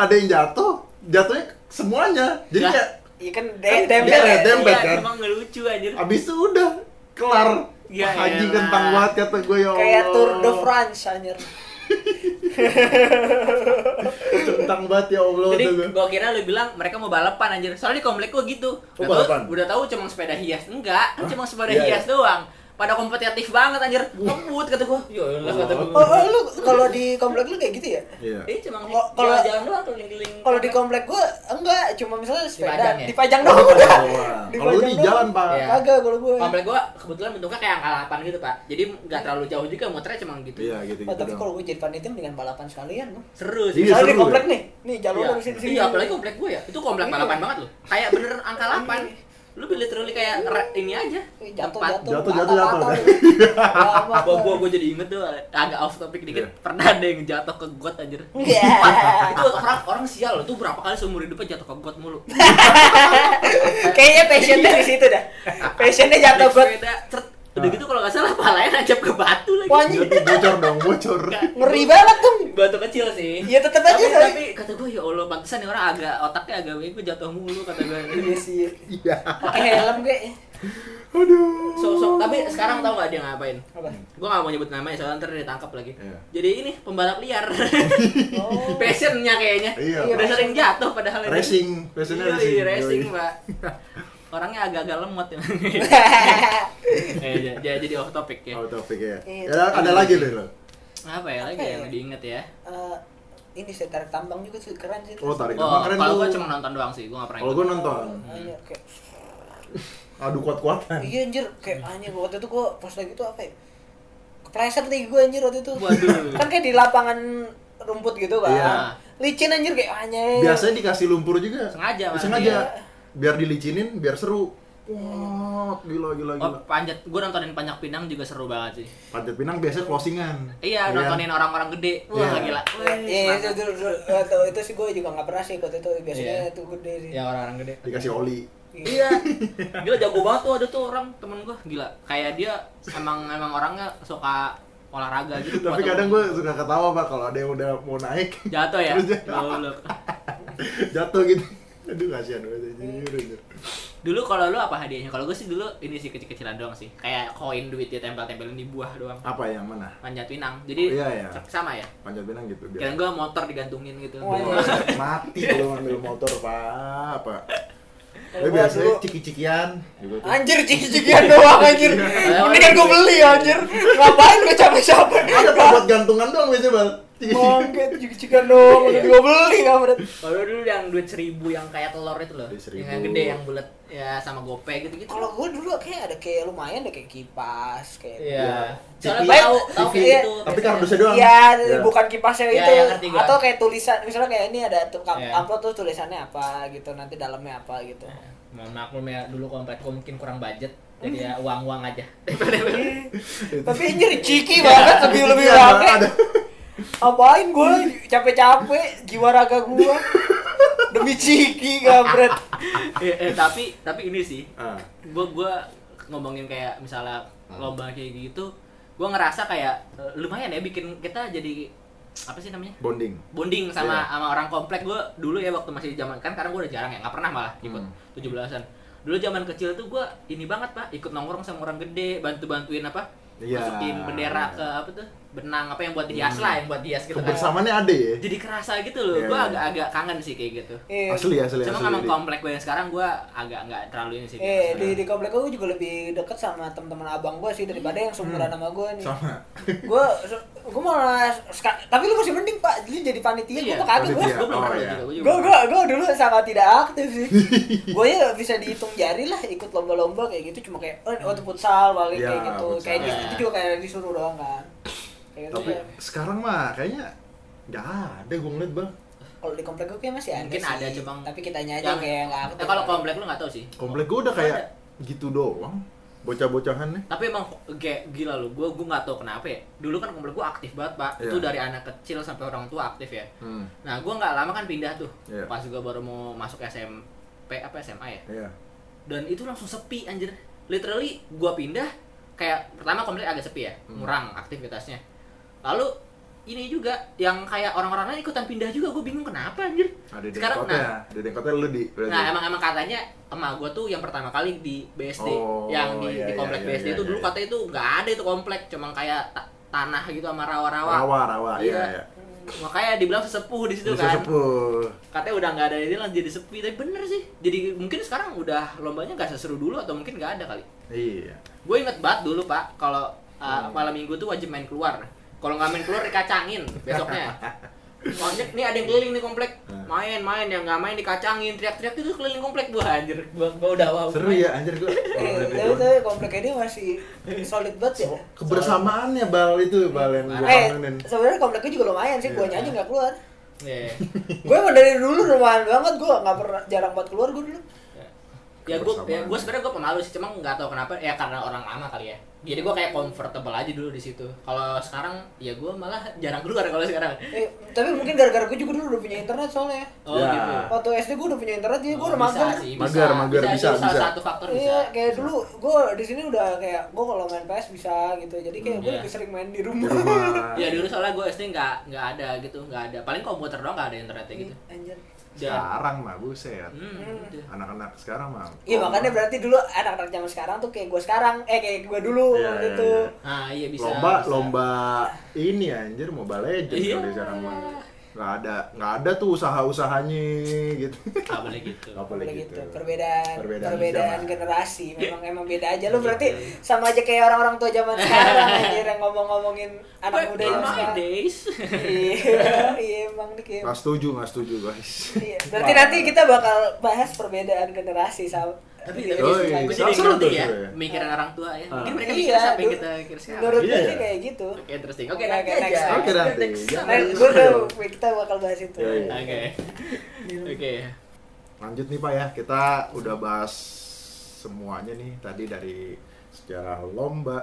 [SPEAKER 3] ada yang jatuh jatuhnya semuanya jadi
[SPEAKER 1] Lah.
[SPEAKER 3] kayak
[SPEAKER 2] Iya kan de-
[SPEAKER 3] Kan-
[SPEAKER 2] tempel. ya.
[SPEAKER 3] Iya, tempel. Tembak,
[SPEAKER 1] Iya,
[SPEAKER 3] kan?
[SPEAKER 1] Emang nggak lucu anjir.
[SPEAKER 3] abis itu udah kelar
[SPEAKER 1] Ya
[SPEAKER 3] Wah, haji
[SPEAKER 1] elah.
[SPEAKER 3] kentang banget kata gue ya
[SPEAKER 2] Kayak
[SPEAKER 3] Allah.
[SPEAKER 2] Tour de France anjir.
[SPEAKER 3] kentang banget ya allah
[SPEAKER 1] Jadi
[SPEAKER 3] kata gue.
[SPEAKER 1] gua kira lu bilang mereka mau balapan anjir. Soalnya di komplek gua gitu.
[SPEAKER 3] Oh,
[SPEAKER 1] Udah
[SPEAKER 3] balapan?
[SPEAKER 1] tahu- udah tahu cuma sepeda hias. Enggak, kan cuma sepeda
[SPEAKER 3] Iya,
[SPEAKER 1] hias doang. Pada kompetitif banget anjir. Ngebut kata gua. Ya Allah kata gua.
[SPEAKER 2] Oh, oh, lu kalau di komplek lu kayak gitu ya?
[SPEAKER 3] Iya.
[SPEAKER 1] Eh cuma
[SPEAKER 2] Kalau- kalau-
[SPEAKER 1] jalan doang keliling-keliling.
[SPEAKER 2] Kalau di komplek gua enggak, cuma misalnya
[SPEAKER 1] Dipajang
[SPEAKER 2] sepeda
[SPEAKER 1] ya?
[SPEAKER 2] dipajang doang udah.
[SPEAKER 3] Wah, kalau lu di jalan pak
[SPEAKER 1] Iya.
[SPEAKER 2] Kagak kalau gua.
[SPEAKER 1] komplek gua kebetulan bentuknya kayak angka 8 gitu, Pak. Jadi nggak terlalu jauh juga muternya cuma gitu.
[SPEAKER 3] iya gitu
[SPEAKER 2] Oh,
[SPEAKER 3] gitu
[SPEAKER 2] tapi
[SPEAKER 3] dong
[SPEAKER 2] kalau gue jadi panitia mendingan balapan sekalian loh.
[SPEAKER 1] Seru
[SPEAKER 3] Iya,
[SPEAKER 1] sih.
[SPEAKER 2] Soalnya di
[SPEAKER 3] seru
[SPEAKER 2] komplek
[SPEAKER 3] ya.
[SPEAKER 2] nih, nih jalur
[SPEAKER 1] Iya.
[SPEAKER 2] dari sini sini.
[SPEAKER 1] Iya, apalagi komplek gua ya. Itu komplek
[SPEAKER 2] Iya.
[SPEAKER 1] balapan banget loh. Kayak beneran angka 8. Lu pilih literally kayak re- ini aja.
[SPEAKER 2] Eh, jatuh,
[SPEAKER 1] Tempat.
[SPEAKER 2] jatuh,
[SPEAKER 3] Jatuh, jatuh, jatuh.
[SPEAKER 1] Ah, gua, gua, gua jadi inget tuh agak off topic dikit
[SPEAKER 3] Iya.
[SPEAKER 1] pernah ada yang jatuh ke got anjir
[SPEAKER 2] Iya.
[SPEAKER 1] itu orang orang sial loh tuh berapa kali seumur hidupnya jatuh ke got mulu
[SPEAKER 2] Kayaknya passionnya di situ dah. Passionnya
[SPEAKER 1] Naik
[SPEAKER 2] jatuh buat
[SPEAKER 1] sepeda, cert. udah gitu kalau nggak salah palanya nancap ke batu lagi
[SPEAKER 2] Wah, anjing.
[SPEAKER 3] Jatuh, Iya, gitu, bocor dong bocor
[SPEAKER 2] ngeri banget tuh.
[SPEAKER 1] batu kecil sih
[SPEAKER 2] Iya, tetep aja,
[SPEAKER 1] tapi,
[SPEAKER 2] Shay.
[SPEAKER 1] tapi kata gua ya allah pantesan nih orang agak otaknya agak bego jatuh mulu kata gua
[SPEAKER 2] Iya sih.
[SPEAKER 3] iya
[SPEAKER 2] Pakai helm ya. kayak.
[SPEAKER 3] aduh
[SPEAKER 1] so, so, tapi sekarang tau nggak dia ngapain
[SPEAKER 2] Apa?
[SPEAKER 1] gua nggak mau nyebut namanya soalnya ntar ditangkap lagi
[SPEAKER 3] Iya.
[SPEAKER 1] jadi ini pembalap liar
[SPEAKER 2] Oh.
[SPEAKER 1] passionnya kayaknya
[SPEAKER 3] Iya,
[SPEAKER 1] udah
[SPEAKER 2] Pak.
[SPEAKER 1] sering jatuh padahal ini.
[SPEAKER 3] racing biasanya
[SPEAKER 1] Iya,
[SPEAKER 3] racing
[SPEAKER 1] iya, racing,
[SPEAKER 3] Yoi.
[SPEAKER 1] Pak. Orangnya agak-agak lemot ya. eh, j- j- jadi off topic ya.
[SPEAKER 3] Out topic ya.
[SPEAKER 2] Iya.
[SPEAKER 3] Ya, ada lagi nih lo.
[SPEAKER 1] Apa ya lagi
[SPEAKER 2] Apa
[SPEAKER 1] yang
[SPEAKER 2] ya?
[SPEAKER 1] diinget ya?
[SPEAKER 2] Eh, ini saya tarik tambang juga sih keren sih.
[SPEAKER 3] Oh, tarik
[SPEAKER 1] Oh,
[SPEAKER 3] tambang keren
[SPEAKER 1] kalau
[SPEAKER 3] tuh.
[SPEAKER 1] gua cuma nonton doang sih, gua nggak pernah.
[SPEAKER 3] Kalau
[SPEAKER 1] ikut.
[SPEAKER 3] gue nonton.
[SPEAKER 2] Iya, kayak
[SPEAKER 3] Adu kuat-kuatan.
[SPEAKER 2] Oh, Iya anjir, kayak anjir waktu itu gua pas lagi itu apa ya? Kepleset nih gua anjir waktu itu.
[SPEAKER 1] Waduh.
[SPEAKER 2] kan kayak di lapangan rumput gitu kan.
[SPEAKER 3] Iya.
[SPEAKER 2] Licin anjir kayak anjir.
[SPEAKER 3] Biasanya dikasih lumpur juga.
[SPEAKER 1] Sengaja, Mas.
[SPEAKER 3] Sengaja. Biar dilicinin, biar seru. Wah, gila
[SPEAKER 1] Oh,
[SPEAKER 3] gila gila.
[SPEAKER 1] panjat, gue nontonin Panjat Pinang juga seru banget sih.
[SPEAKER 3] Panjat Pinang biasanya closingan.
[SPEAKER 1] Iya, nontonin orang-orang gede. Wah,
[SPEAKER 3] Iya.
[SPEAKER 1] gila. Wih,
[SPEAKER 2] Iya,
[SPEAKER 1] semangat.
[SPEAKER 2] itu, itu, itu, itu, itu sih gua juga nggak pernah sih waktu itu biasanya
[SPEAKER 1] Iya.
[SPEAKER 2] itu gede sih.
[SPEAKER 1] Ya orang-orang gede.
[SPEAKER 3] Dikasih oli.
[SPEAKER 1] Iya. Gila jago banget tuh ada tuh orang temen gue gila. Kayak dia emang emang orangnya suka olahraga gitu.
[SPEAKER 3] Tapi
[SPEAKER 1] Buat-
[SPEAKER 3] kadang gue suka ketawa pak kalau ada yang udah mau naik
[SPEAKER 1] jatuh ya.
[SPEAKER 3] Terus dia-
[SPEAKER 1] Dulu,
[SPEAKER 3] jatuh gitu. Aduh kasihan banget anjir, anjir.
[SPEAKER 1] dulu kalau lu apa hadiahnya? Kalau gue sih dulu ini sih kecil-kecilan doang sih. Kayak koin duit dia tempel-tempelin di buah doang.
[SPEAKER 3] Apa yang mana?
[SPEAKER 1] Panjat pinang. Jadi
[SPEAKER 3] Oh, iya, iya.
[SPEAKER 1] sama ya.
[SPEAKER 3] Panjat Pinang gitu biar.
[SPEAKER 1] Kira gue motor digantungin gitu.
[SPEAKER 2] Wah,
[SPEAKER 3] Wah, mati kalau ngambil motor pak pak
[SPEAKER 2] Kalau
[SPEAKER 1] Eh,
[SPEAKER 3] Tapi
[SPEAKER 2] gua
[SPEAKER 3] biasanya
[SPEAKER 2] dulu-
[SPEAKER 3] ciki-cikian juga tuh.
[SPEAKER 2] Anjir ciki-cikian doang anjir.
[SPEAKER 1] Iya.
[SPEAKER 2] Mendingan gua beli anjir. Ngapain gua capek-capek?
[SPEAKER 1] Iya.
[SPEAKER 3] Ada pak buat gantungan doang biasanya bal.
[SPEAKER 2] Bangket ciki-cikian doang, udah gua beli nggak berat.
[SPEAKER 1] Kalau dulu yang duit seribu yang kayak telur itu loh,
[SPEAKER 3] Duit seribu.
[SPEAKER 1] yang gede yang bulat ya sama gope gitu gitu.
[SPEAKER 2] Kalau gua dulu kayak ada kayak lumayan deh kayak kipas kayak
[SPEAKER 1] Iya.
[SPEAKER 3] Iya.
[SPEAKER 1] Soalnya
[SPEAKER 3] TV,
[SPEAKER 1] gua tahu tahu
[SPEAKER 2] TV.
[SPEAKER 1] kayak gitu.
[SPEAKER 3] Tapi kardusnya doang.
[SPEAKER 2] Iya,
[SPEAKER 3] Ya.
[SPEAKER 2] bukan kipasnya
[SPEAKER 1] Iya,
[SPEAKER 2] itu.
[SPEAKER 1] iya, ngerti gua.
[SPEAKER 2] Atau kayak tulisan, misalnya kayak ini ada tuh kam-
[SPEAKER 1] Iya.
[SPEAKER 2] amplop tuh tulisannya apa gitu, nanti dalamnya apa gitu.
[SPEAKER 1] Mohon maklum ya dulu komplekku mungkin kurang budget. Jadi ya uang-uang aja.
[SPEAKER 2] Eh, Tapi anjir ciki banget lebih lebih
[SPEAKER 3] Iya, ada.
[SPEAKER 2] rame. Apain gue capek-capek jiwa raga gue demi ciki gabret.
[SPEAKER 1] eh, eh, tapi tapi ini sih,
[SPEAKER 3] Ah,
[SPEAKER 1] gua gua ngomongin kayak misalnya
[SPEAKER 3] Hmm.
[SPEAKER 1] lomba kayak gitu, gua ngerasa kayak eh, lumayan ya bikin kita jadi apa sih namanya?
[SPEAKER 3] bonding.
[SPEAKER 1] bonding sama
[SPEAKER 3] Iya.
[SPEAKER 1] sama orang komplek gue dulu ya waktu masih zaman kan karena gue udah jarang ya nggak pernah malah ikut
[SPEAKER 3] Hmm.
[SPEAKER 1] 17-an dulu zaman kecil tuh gue ini banget pak ikut nongkrong sama orang gede bantu bantuin apa
[SPEAKER 3] Iya.
[SPEAKER 1] masukin bendera ke apa tuh benang apa yang buat hias lah yang buat hias gitu kan
[SPEAKER 3] Kebersamaannya ada ya.
[SPEAKER 1] jadi kerasa gitu loh
[SPEAKER 3] Iya,
[SPEAKER 1] gue
[SPEAKER 3] iya.
[SPEAKER 1] agak-agak kangen sih kayak gitu
[SPEAKER 2] Iya.
[SPEAKER 3] Asli asli
[SPEAKER 1] cuma
[SPEAKER 3] asli.
[SPEAKER 1] emang
[SPEAKER 3] Dik.
[SPEAKER 1] komplek gue yang sekarang gue agak nggak terlalu ini sih
[SPEAKER 2] Eh, di, di komplek gue juga lebih deket sama teman-teman abang gue sih daripada yang seumuran sama gue nih.
[SPEAKER 3] Sama.
[SPEAKER 2] Gue gue malah ska- tapi lu masih mending Pak, jadi jadi panitia gue
[SPEAKER 1] Iya,
[SPEAKER 2] mah kagak gue.
[SPEAKER 3] panitia.
[SPEAKER 1] gue belum
[SPEAKER 3] Oh,
[SPEAKER 1] pernah
[SPEAKER 3] iya.
[SPEAKER 1] juga gua juga
[SPEAKER 2] Gue gue gue dulu sangat tidak aktif sih. gue ya bisa dihitung jari lah ikut lomba-lomba kayak gitu cuma kayak oh, waktu futsal paling
[SPEAKER 3] Iya,
[SPEAKER 2] kayak gitu.
[SPEAKER 3] futsal.
[SPEAKER 2] Kayak gitu juga kayak disuruh doang kan. Kayak gitu
[SPEAKER 3] Tapi
[SPEAKER 2] ya.
[SPEAKER 3] sekarang mah kayaknya nggak ada gue ngeliat bang.
[SPEAKER 2] Kalau di komplek gue kayak masih ada
[SPEAKER 1] Mungkin
[SPEAKER 2] sih.
[SPEAKER 1] ada, cuma-
[SPEAKER 2] tapi kitanya aja
[SPEAKER 1] Yang-
[SPEAKER 2] kayak nggak aktif.
[SPEAKER 1] eh, kalau komplek lu nggak tahu sih
[SPEAKER 3] Komplek gue udah kayak gitu doang. Bocah-bocahan nih.
[SPEAKER 1] tapi emang kayak gila lu gue gue nggak tahu kenapa ya dulu kan komplek gue aktif banget pak
[SPEAKER 3] Iya.
[SPEAKER 1] itu dari anak kecil sampai orang tua aktif ya
[SPEAKER 3] Hmm.
[SPEAKER 1] nah gue nggak lama kan pindah tuh
[SPEAKER 3] Iya.
[SPEAKER 1] pas gue baru mau masuk SMP apa SMA ya
[SPEAKER 3] Iya.
[SPEAKER 1] dan itu langsung sepi anjir literally gue pindah kayak pertama komplek agak sepi ya
[SPEAKER 3] Hmm.
[SPEAKER 1] kurang aktivitasnya lalu ini juga yang kayak orang-orang lain ikutan pindah juga gue bingung kenapa anjir
[SPEAKER 3] Ada
[SPEAKER 1] Sekarang,
[SPEAKER 3] dengkotnya. Ada dengkotnya lu di. berarti.
[SPEAKER 1] Nah, emang emang katanya emak gue tuh yang pertama kali di BSD,
[SPEAKER 3] Oh,
[SPEAKER 1] yang di, di
[SPEAKER 3] iya, iya,
[SPEAKER 1] komplek
[SPEAKER 3] iya,
[SPEAKER 1] BSD
[SPEAKER 3] iya,
[SPEAKER 1] itu dulu
[SPEAKER 3] iya.
[SPEAKER 1] katanya itu nggak ada itu komplek, cuma kayak ta- tanah gitu sama rawa-rawa.
[SPEAKER 3] Rawa rawa. Iya.
[SPEAKER 1] Iya.
[SPEAKER 3] iya.
[SPEAKER 2] Hmm.
[SPEAKER 1] Makanya dibilang sesepuh di situ
[SPEAKER 3] Bisa
[SPEAKER 1] kan.
[SPEAKER 3] sepuh.
[SPEAKER 1] Katanya udah nggak ada ini langsung jadi sepi, tapi bener sih. Jadi mungkin sekarang udah lombanya nggak seseru dulu atau mungkin nggak ada kali.
[SPEAKER 3] Iya.
[SPEAKER 1] Gue inget banget dulu pak, kalau uh, malam minggu tuh wajib main keluar. Kalau nggak main keluar dikacangin besoknya. Soalnya nih ada yang keliling nih komplek,
[SPEAKER 3] Hmm.
[SPEAKER 1] main main yang nggak main dikacangin, teriak-teriak itu keliling komplek gua anjir, gua, gua udah wow.
[SPEAKER 3] Seru ya anjir gue.
[SPEAKER 2] Eh, tapi tapi komplek ini masih solid banget ya.
[SPEAKER 3] Kebersamaannya bal itu bal yang gue
[SPEAKER 2] Eh,
[SPEAKER 3] kangenin.
[SPEAKER 2] sebenarnya komplek gue juga lumayan sih,
[SPEAKER 3] Iya.
[SPEAKER 2] guanya aja nggak keluar.
[SPEAKER 1] Iya.
[SPEAKER 2] gue emang dari dulu rumahan banget gue nggak pernah jarang buat keluar gue dulu
[SPEAKER 1] ya gue
[SPEAKER 3] Kebersamaan.
[SPEAKER 1] ya gue sebenarnya gue pemalu sih cuma nggak tahu kenapa ya karena orang lama kali ya jadi gue kayak comfortable aja dulu di situ kalau sekarang ya gue malah jarang keluar kalau sekarang
[SPEAKER 2] eh, tapi mungkin gara-gara gue juga dulu udah punya internet soalnya
[SPEAKER 1] oh
[SPEAKER 3] Ya.
[SPEAKER 1] gitu
[SPEAKER 2] waktu SD gue udah punya internet jadi gue
[SPEAKER 1] Oh,
[SPEAKER 2] iya, udah magang
[SPEAKER 1] sih,
[SPEAKER 3] Mager, mager,
[SPEAKER 1] itu
[SPEAKER 3] bisa,
[SPEAKER 1] salah
[SPEAKER 3] bisa.
[SPEAKER 1] satu faktor bisa
[SPEAKER 2] iya kayak dulu gue di sini udah kayak gue kalau main PS bisa gitu jadi kayak gue
[SPEAKER 1] Iya.
[SPEAKER 2] lebih sering main di
[SPEAKER 3] Di
[SPEAKER 2] rumah,
[SPEAKER 3] rumah.
[SPEAKER 1] ya dulu soalnya gue sd nggak nggak ada gitu nggak ada paling komputer doang nggak ada internetnya gitu
[SPEAKER 2] Anjir.
[SPEAKER 1] dan
[SPEAKER 3] Iya. Sekarang mah buset.
[SPEAKER 1] hmm, gitu.
[SPEAKER 3] Anak-anak sekarang mah.
[SPEAKER 2] Iya makanya berarti dulu anak-anak zaman sekarang tuh kayak gue sekarang, eh kayak gue dulu
[SPEAKER 3] Iya,
[SPEAKER 2] waktu
[SPEAKER 3] iya,
[SPEAKER 2] itu.
[SPEAKER 3] iya.
[SPEAKER 1] nah iya bisa
[SPEAKER 3] lomba
[SPEAKER 1] bisa.
[SPEAKER 3] lomba ini anjir Mobile Legends
[SPEAKER 1] Iya.
[SPEAKER 3] kalau di sekarang mah. Nggak ada nggak ada tuh usaha-usahanya gitu.
[SPEAKER 2] Iya.
[SPEAKER 1] nggak boleh gitu
[SPEAKER 3] Nggak boleh
[SPEAKER 2] Boleh
[SPEAKER 3] gitu.
[SPEAKER 2] gitu. Perbedaan
[SPEAKER 3] Perbedaan
[SPEAKER 2] perbedaan,
[SPEAKER 3] zaman. Iya,
[SPEAKER 2] generasi memang emang beda aja lu berarti sama aja kayak orang-orang tua zaman sekarang anjir yang ngomong-ngomongin anak
[SPEAKER 1] Back
[SPEAKER 2] muda
[SPEAKER 1] in
[SPEAKER 2] zaman
[SPEAKER 1] my
[SPEAKER 2] sekarang.
[SPEAKER 1] days
[SPEAKER 3] Iya,
[SPEAKER 2] Iya, iya emang nih kayak-
[SPEAKER 3] Nggak setuju, nggak setuju guys.
[SPEAKER 2] Iya, Berarti nanti kita bakal bahas perbedaan generasi sama
[SPEAKER 1] Tapi
[SPEAKER 2] Iya,
[SPEAKER 1] tapi
[SPEAKER 3] Oh,
[SPEAKER 1] iya, gue
[SPEAKER 3] iya. Seru
[SPEAKER 1] jadi ngerti
[SPEAKER 3] tuh,
[SPEAKER 1] ya,
[SPEAKER 3] seru ya.
[SPEAKER 1] pemikiran orang tua ya. Mungkin
[SPEAKER 4] Ah.
[SPEAKER 1] mereka
[SPEAKER 2] Iya,
[SPEAKER 1] mikir siapa yang
[SPEAKER 2] dulu-
[SPEAKER 1] kita kira sekarang.
[SPEAKER 2] Menurut
[SPEAKER 3] Iya.
[SPEAKER 2] gue sih kayak gitu.
[SPEAKER 1] Oke, interesting. Oke,
[SPEAKER 2] Oke,
[SPEAKER 1] nanti
[SPEAKER 2] next
[SPEAKER 1] aja.
[SPEAKER 2] time.
[SPEAKER 3] Oke, nanti.
[SPEAKER 1] Next
[SPEAKER 2] Nah,
[SPEAKER 1] time.
[SPEAKER 3] Iya.
[SPEAKER 2] gue udah kita bakal bahas itu.
[SPEAKER 3] Iya, iya.
[SPEAKER 1] Oke. Oke.
[SPEAKER 3] Lanjut nih Pak ya, kita udah bahas semuanya nih tadi dari sejarah lomba,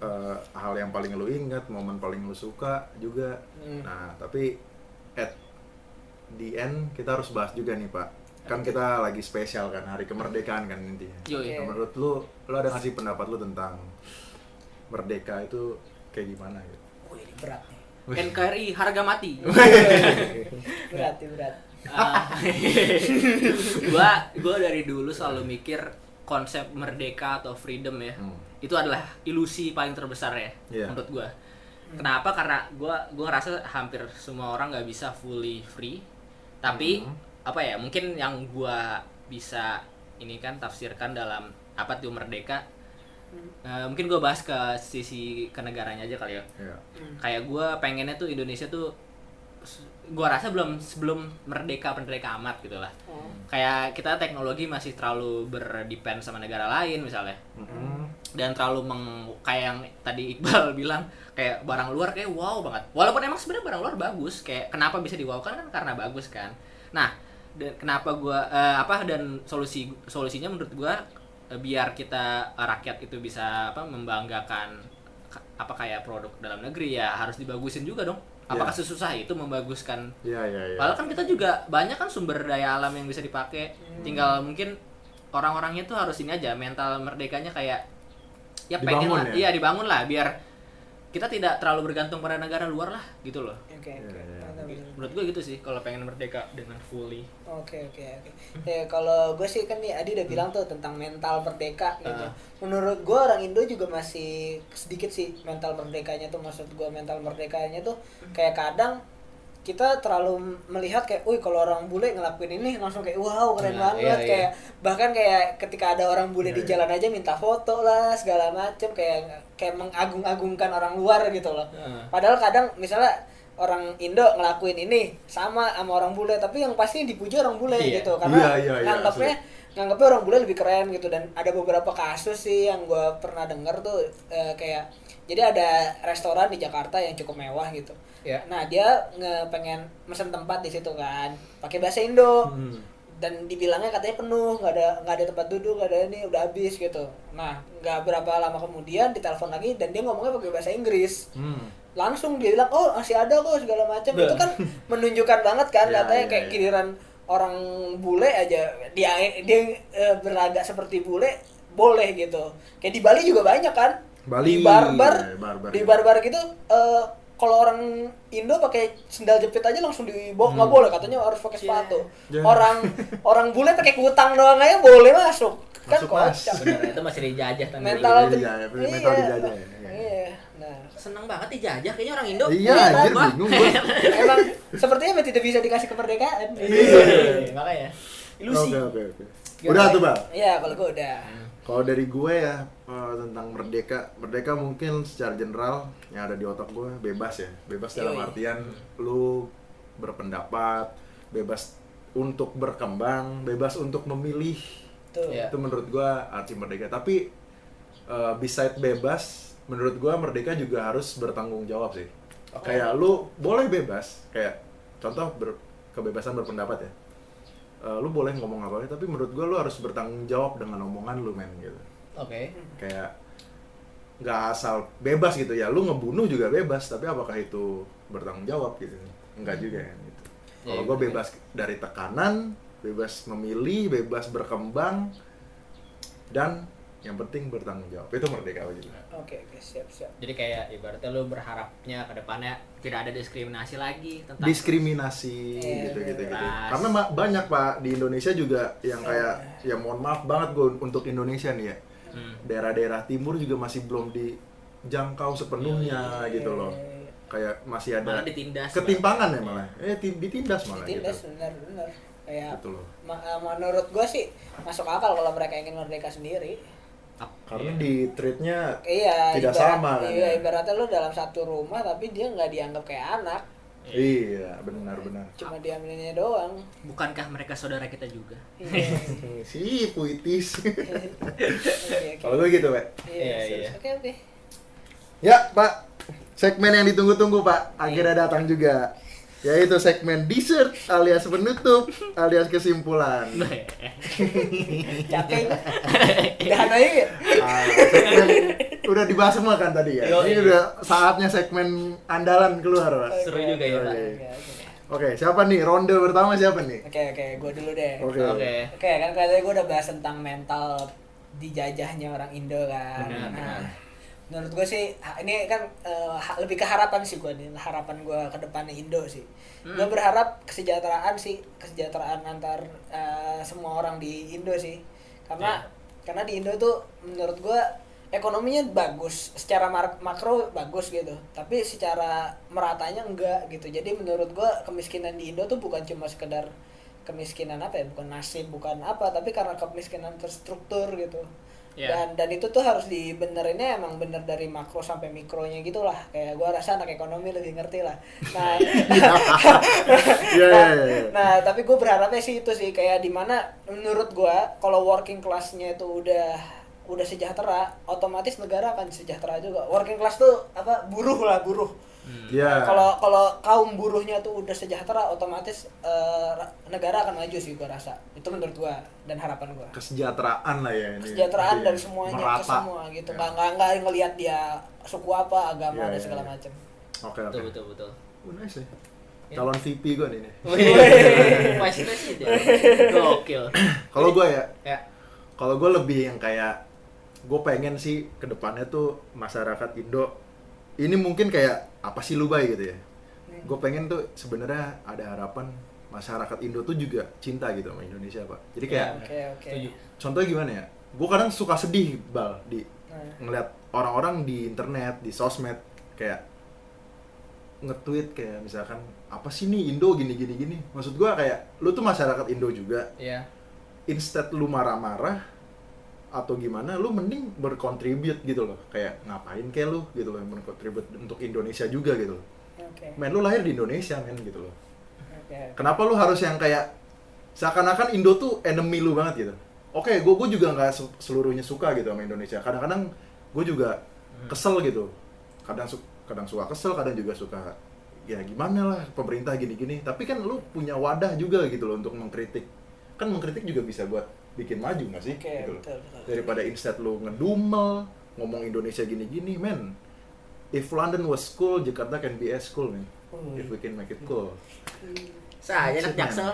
[SPEAKER 3] eh, hal yang paling lu ingat, momen paling lu suka juga.
[SPEAKER 1] Hmm.
[SPEAKER 3] Nah, tapi at the end kita harus bahas juga nih Pak. Kan kita lagi spesial kan, hari kemerdekaan kan intinya.
[SPEAKER 1] Yoi.
[SPEAKER 2] Oke.
[SPEAKER 3] Nah, menurut lu, lu ada ngasih pendapat lu tentang merdeka itu kayak gimana gitu?
[SPEAKER 2] Wih, ini berat nih.
[SPEAKER 1] NKRI harga mati.
[SPEAKER 2] Berat, ini berat.
[SPEAKER 1] Ah. gua gua dari dulu selalu mikir konsep merdeka atau freedom ya.
[SPEAKER 3] Hmm.
[SPEAKER 1] Itu adalah ilusi paling terbesar ya
[SPEAKER 3] Iya.
[SPEAKER 1] menurut gua. Kenapa? Karena gua gua ngerasa hampir semua orang nggak bisa fully free. Tapi apa ya? Mungkin yang gua bisa ini kan tafsirkan dalam apa tuh merdeka.
[SPEAKER 2] Hmm.
[SPEAKER 1] Eh, mungkin gua bahas ke sisi kenegaranya aja kali ya
[SPEAKER 3] Ya.
[SPEAKER 1] kayak gue pengennya tuh Indonesia tuh gue rasa belum sebelum merdeka merdeka amat gitu lah
[SPEAKER 2] Oh.
[SPEAKER 1] kayak kita teknologi masih terlalu berdepend sama negara lain misalnya Hmm.
[SPEAKER 3] Mm-mm.
[SPEAKER 1] dan terlalu meng kayak yang tadi Iqbal bilang kayak barang luar kayak wow banget walaupun emang sebenarnya barang luar bagus kayak kenapa bisa diwawkan kan karena bagus kan nah dan kenapa gua eh, apa dan solusi solusinya menurut gua eh, biar kita eh, rakyat itu bisa apa membanggakan ka- apa kayak produk dalam negeri ya harus dibagusin juga dong apakah
[SPEAKER 3] Iya.
[SPEAKER 1] sesusah itu membaguskan
[SPEAKER 3] Iya, iya, iya.
[SPEAKER 1] Padahal kan kita juga banyak kan sumber daya alam yang bisa dipakai. Tinggal mungkin orang-orangnya tuh harus ini aja mental merdekanya kayak ya pengen
[SPEAKER 3] Dibangun
[SPEAKER 1] lah,
[SPEAKER 3] ya?
[SPEAKER 1] iya dibangun lah biar kita tidak terlalu bergantung pada negara luar lah gitu loh.
[SPEAKER 2] Oke, oke.
[SPEAKER 3] Iya, iya.
[SPEAKER 2] Mantap, mantap.
[SPEAKER 1] Menurut gue gitu sih kalau pengen merdeka dengan fully.
[SPEAKER 2] Oke oke oke. Ya kalau gue sih kan nih Adi udah bilang tuh tentang mental merdeka gitu.
[SPEAKER 1] Ah.
[SPEAKER 2] Menurut gue orang Indo juga masih sedikit sih mental merdekanya tuh maksud gue mental merdekanya tuh kayak kadang kita terlalu melihat kayak, "Uy, kalau orang bule ngelakuin ini langsung kayak wow, keren
[SPEAKER 1] Nah,
[SPEAKER 2] banget."
[SPEAKER 1] iya, iya.
[SPEAKER 2] Kayak bahkan kayak ketika ada orang bule di
[SPEAKER 3] Iya, iya.
[SPEAKER 2] jalan aja minta foto lah segala macem kayak kayak mengagung-agungkan orang luar gitu
[SPEAKER 1] Iya,
[SPEAKER 2] loh. Padahal kadang misalnya orang Indo ngelakuin ini sama sama orang bule, tapi yang pasti dipuji orang bule
[SPEAKER 1] Iya.
[SPEAKER 2] gitu karena
[SPEAKER 3] Iya, iya, iya,
[SPEAKER 2] nganggapnya nganggapnya orang bule lebih keren gitu dan ada beberapa kasus sih yang gue pernah denger tuh eh, kayak jadi ada restoran di Jakarta yang cukup mewah gitu.
[SPEAKER 1] Iya.
[SPEAKER 2] Nah dia nge pengen mesen tempat di situ kan, pakai bahasa Indo
[SPEAKER 1] kan
[SPEAKER 3] Hmm.
[SPEAKER 2] dan dibilangnya katanya penuh nggak ada nggak ada tempat duduk nggak ada ini udah habis gitu nah nggak berapa lama kemudian ditelepon lagi dan dia ngomongnya pakai bahasa Inggris
[SPEAKER 3] Hmm.
[SPEAKER 2] langsung dia bilang oh masih ada kok segala macam itu kan menunjukkan banget kan
[SPEAKER 3] Ya,
[SPEAKER 2] katanya
[SPEAKER 3] ya,
[SPEAKER 2] kayak
[SPEAKER 3] ya.
[SPEAKER 2] giliran orang bule aja dia dia eh, berlagak seperti bule boleh gitu kayak di Bali juga banyak kan
[SPEAKER 3] Bali,
[SPEAKER 2] di barbar
[SPEAKER 3] ya, barbar
[SPEAKER 2] di
[SPEAKER 3] gitu.
[SPEAKER 2] barbar gitu eh, kalau orang Indo pakai sendal jepit aja langsung dibawa
[SPEAKER 3] Hmm.
[SPEAKER 2] nggak boleh katanya harus pakai sepatu
[SPEAKER 3] Ya.
[SPEAKER 2] orang orang bule pakai kutang doang aja boleh masuk kan
[SPEAKER 3] Masuk, Mas.
[SPEAKER 2] kocak
[SPEAKER 1] Bener itu masih dijajah tanpa
[SPEAKER 2] mental
[SPEAKER 3] Iya, iya, iya, mental dijajah ya, iya.
[SPEAKER 2] iya nah
[SPEAKER 1] seneng banget dijajah kayaknya orang Indo.
[SPEAKER 3] Iya, anjir
[SPEAKER 1] Wah.
[SPEAKER 3] bingung gua.
[SPEAKER 2] Emang sepertinya emang tidak bisa dikasih kemerdekaan.
[SPEAKER 1] Iya, makanya. Ilusi.
[SPEAKER 3] Oke, oke, oke. Udah tuh, Bang.
[SPEAKER 2] Iya, kalau gue udah.
[SPEAKER 3] Kalau dari gue ya eh, tentang merdeka, merdeka mungkin secara general yang ada di otak gue bebas ya, bebas
[SPEAKER 2] Yoi.
[SPEAKER 3] dalam artian lu berpendapat, bebas untuk berkembang, bebas untuk memilih.
[SPEAKER 2] Tuh.
[SPEAKER 1] Iya.
[SPEAKER 3] Itu menurut gue arti merdeka. Tapi eh, beside bebas, menurut gue merdeka juga harus bertanggung jawab sih. Kayak lu boleh bebas, kayak contoh ber- kebebasan berpendapat ya. Eh, lu boleh ngomong apa aja, tapi menurut gue lu harus bertanggung jawab dengan omongan lu men gitu
[SPEAKER 1] Oke.
[SPEAKER 3] kayak nggak asal bebas gitu ya lu ngebunuh juga bebas tapi apakah itu bertanggung jawab gitu enggak juga kan gitu kalau
[SPEAKER 1] Hmm. Iya,
[SPEAKER 3] gue
[SPEAKER 1] bener.
[SPEAKER 3] bebas dari tekanan bebas memilih bebas berkembang dan yang penting bertanggung jawab itu merdeka gue juga
[SPEAKER 2] Oke, oke, siap, siap.
[SPEAKER 1] Jadi kayak ibaratnya lu berharapnya ke depannya tidak ada diskriminasi lagi tentang
[SPEAKER 3] diskriminasi
[SPEAKER 2] Iya,
[SPEAKER 3] gitu gitu gitu
[SPEAKER 1] bebas.
[SPEAKER 3] karena ma- banyak pak di Indonesia juga yang
[SPEAKER 1] Iya.
[SPEAKER 3] kayak ya mohon maaf banget gue untuk Indonesia nih ya
[SPEAKER 1] Hmm.
[SPEAKER 3] daerah-daerah timur juga masih belum dijangkau
[SPEAKER 1] Iya,
[SPEAKER 3] sepenuhnya gitu loh
[SPEAKER 2] Iya,
[SPEAKER 3] kayak masih ada
[SPEAKER 1] Malah ditindas,
[SPEAKER 3] ketimpangan ya malah eh ti- ditindas malah
[SPEAKER 2] Ditindas ya.
[SPEAKER 3] gitu
[SPEAKER 2] benar benar. Kayak
[SPEAKER 3] gitu loh
[SPEAKER 2] ma- eh, menurut gue sih masuk akal kalau mereka ingin merdeka sendiri.
[SPEAKER 3] karena
[SPEAKER 1] Iya.
[SPEAKER 3] di treatnya
[SPEAKER 2] Iya,
[SPEAKER 3] Tidak sama kan,
[SPEAKER 2] Iya,
[SPEAKER 3] ya?
[SPEAKER 2] ibaratnya lu dalam satu rumah tapi dia nggak dianggap kayak anak.
[SPEAKER 3] Iya, benar-benar.
[SPEAKER 2] Cuma diambilnya doang.
[SPEAKER 1] Bukankah mereka saudara kita juga?
[SPEAKER 2] Iya.
[SPEAKER 3] Si puitis.
[SPEAKER 2] Oke, oke.
[SPEAKER 3] Kalau gue gitu, Pak.
[SPEAKER 2] Iya,
[SPEAKER 1] Iya,
[SPEAKER 2] serius.
[SPEAKER 1] iya.
[SPEAKER 2] Oke, oke.
[SPEAKER 3] Ya, Pak. Segmen yang ditunggu-tunggu, Pak. Akhirnya datang juga. Yaitu segmen dessert alias penutup alias kesimpulan.
[SPEAKER 2] Capek. Dahan aja ya.
[SPEAKER 3] Ah, segmen udah dibahas semua kan tadi ya.
[SPEAKER 1] Yo,
[SPEAKER 3] Ini
[SPEAKER 1] iya.
[SPEAKER 3] udah saatnya segmen andalan keluar, Pak.
[SPEAKER 1] Seru juga ya, Pak.
[SPEAKER 3] Oke.
[SPEAKER 2] Oke, oke.
[SPEAKER 3] Oke, siapa nih? Ronde pertama siapa nih?
[SPEAKER 2] Oke, oke. Gue dulu deh.
[SPEAKER 3] Oke.
[SPEAKER 1] Oke.
[SPEAKER 2] Oke, kan katanya gue udah bahas tentang mental dijajahnya orang Indo kan.
[SPEAKER 1] Benar,
[SPEAKER 2] nah,
[SPEAKER 1] benar.
[SPEAKER 2] menurut gue sih ha- ini kan eh, ha- lebih ke harapan sih gue nih, harapan gue ke depannya Indo sih. Gue
[SPEAKER 1] Hmm.
[SPEAKER 2] berharap kesejahteraan sih, kesejahteraan antar eh, semua orang di Indo sih. Karena karena di Indo tuh menurut gue ekonominya bagus, secara mar- makro bagus gitu. Tapi secara meratanya enggak gitu. Jadi menurut gue kemiskinan di Indo tuh bukan cuma sekedar kemiskinan apa ya bukan nasib bukan apa tapi karena kemiskinan terstruktur gitu
[SPEAKER 1] Iya.
[SPEAKER 2] dan dan itu tuh harus dibenerinnya emang bener dari makro sampai mikronya gitulah kayak gua rasa anak ekonomi lebih ngerti lah nah
[SPEAKER 3] Iya, iya, iya.
[SPEAKER 2] nah tapi gue berharapnya sih itu sih kayak dimana menurut gua kalau working classnya itu udah udah sejahtera otomatis negara akan sejahtera juga working class tuh apa buruh lah buruh
[SPEAKER 1] Hmm.
[SPEAKER 3] Iya.
[SPEAKER 2] kalau kalau kaum buruhnya tuh udah sejahtera otomatis eh, ra- negara akan maju sih gua rasa itu menurut gua dan harapan gua
[SPEAKER 3] kesejahteraan lah ya ini.
[SPEAKER 2] kesejahteraan
[SPEAKER 3] Iya.
[SPEAKER 2] dari semuanya
[SPEAKER 3] Merata.
[SPEAKER 2] ke semua gitu
[SPEAKER 3] Ya.
[SPEAKER 2] nggak nggak nggak ngelihat dia suku apa agama
[SPEAKER 3] Iya,
[SPEAKER 2] dan
[SPEAKER 3] iya,
[SPEAKER 2] segala
[SPEAKER 3] iya.
[SPEAKER 2] macam
[SPEAKER 3] Oke, oke.
[SPEAKER 1] Betul betul betul.
[SPEAKER 3] Oh, nice ya. Calon VP gue nih. nih.
[SPEAKER 1] Vice President. Gokil.
[SPEAKER 3] Kalau gue ya,
[SPEAKER 1] Ya.
[SPEAKER 3] kalau gue lebih yang kayak gue pengen sih kedepannya tuh masyarakat Indo ini mungkin kayak apa sih lu bay gitu ya.
[SPEAKER 2] Hmm.
[SPEAKER 3] Gue pengen tuh sebenarnya ada harapan masyarakat Indo tuh juga cinta gitu sama Indonesia pak. Jadi kayak
[SPEAKER 2] Ya, oke oke
[SPEAKER 1] Setuju.
[SPEAKER 3] contohnya gimana ya? Gue kadang suka sedih bal di
[SPEAKER 2] Nah,
[SPEAKER 3] ngeliat orang-orang di internet, di sosmed kayak nge-tweet kayak misalkan apa sih nih Indo gini gini gini. Maksud gua kayak lu tuh masyarakat Indo juga.
[SPEAKER 1] Iya.
[SPEAKER 3] Instead lu marah-marah atau gimana, lu mending berkontribut gitu loh. Kayak ngapain kayak lu gitu loh, berkontribut untuk Indonesia juga gitu loh.
[SPEAKER 2] oke
[SPEAKER 3] Men lu lahir di Indonesia men gitu loh.
[SPEAKER 2] oke
[SPEAKER 3] Kenapa lu harus yang kayak seakan-akan Indo tuh enemy lu banget gitu. Oke, gue gue juga nggak se- seluruhnya suka gitu sama Indonesia. Kadang-kadang gue juga
[SPEAKER 2] Hmm.
[SPEAKER 3] kesel gitu. Kadang su- kadang suka kesel, kadang juga suka ya gimana lah pemerintah gini-gini. Tapi kan lu punya wadah juga gitu loh untuk mengkritik. Kan mengkritik juga bisa buat bikin maju nggak sih?
[SPEAKER 2] Oke,
[SPEAKER 3] gitu loh.
[SPEAKER 2] betul, betul.
[SPEAKER 3] Daripada instead lu ngedumel, ngomong Indonesia gini-gini, men. If London was cool, Jakarta can be as cool, man.
[SPEAKER 2] Hmm.
[SPEAKER 3] If we can make it cool.
[SPEAKER 1] Saya anak jaksel.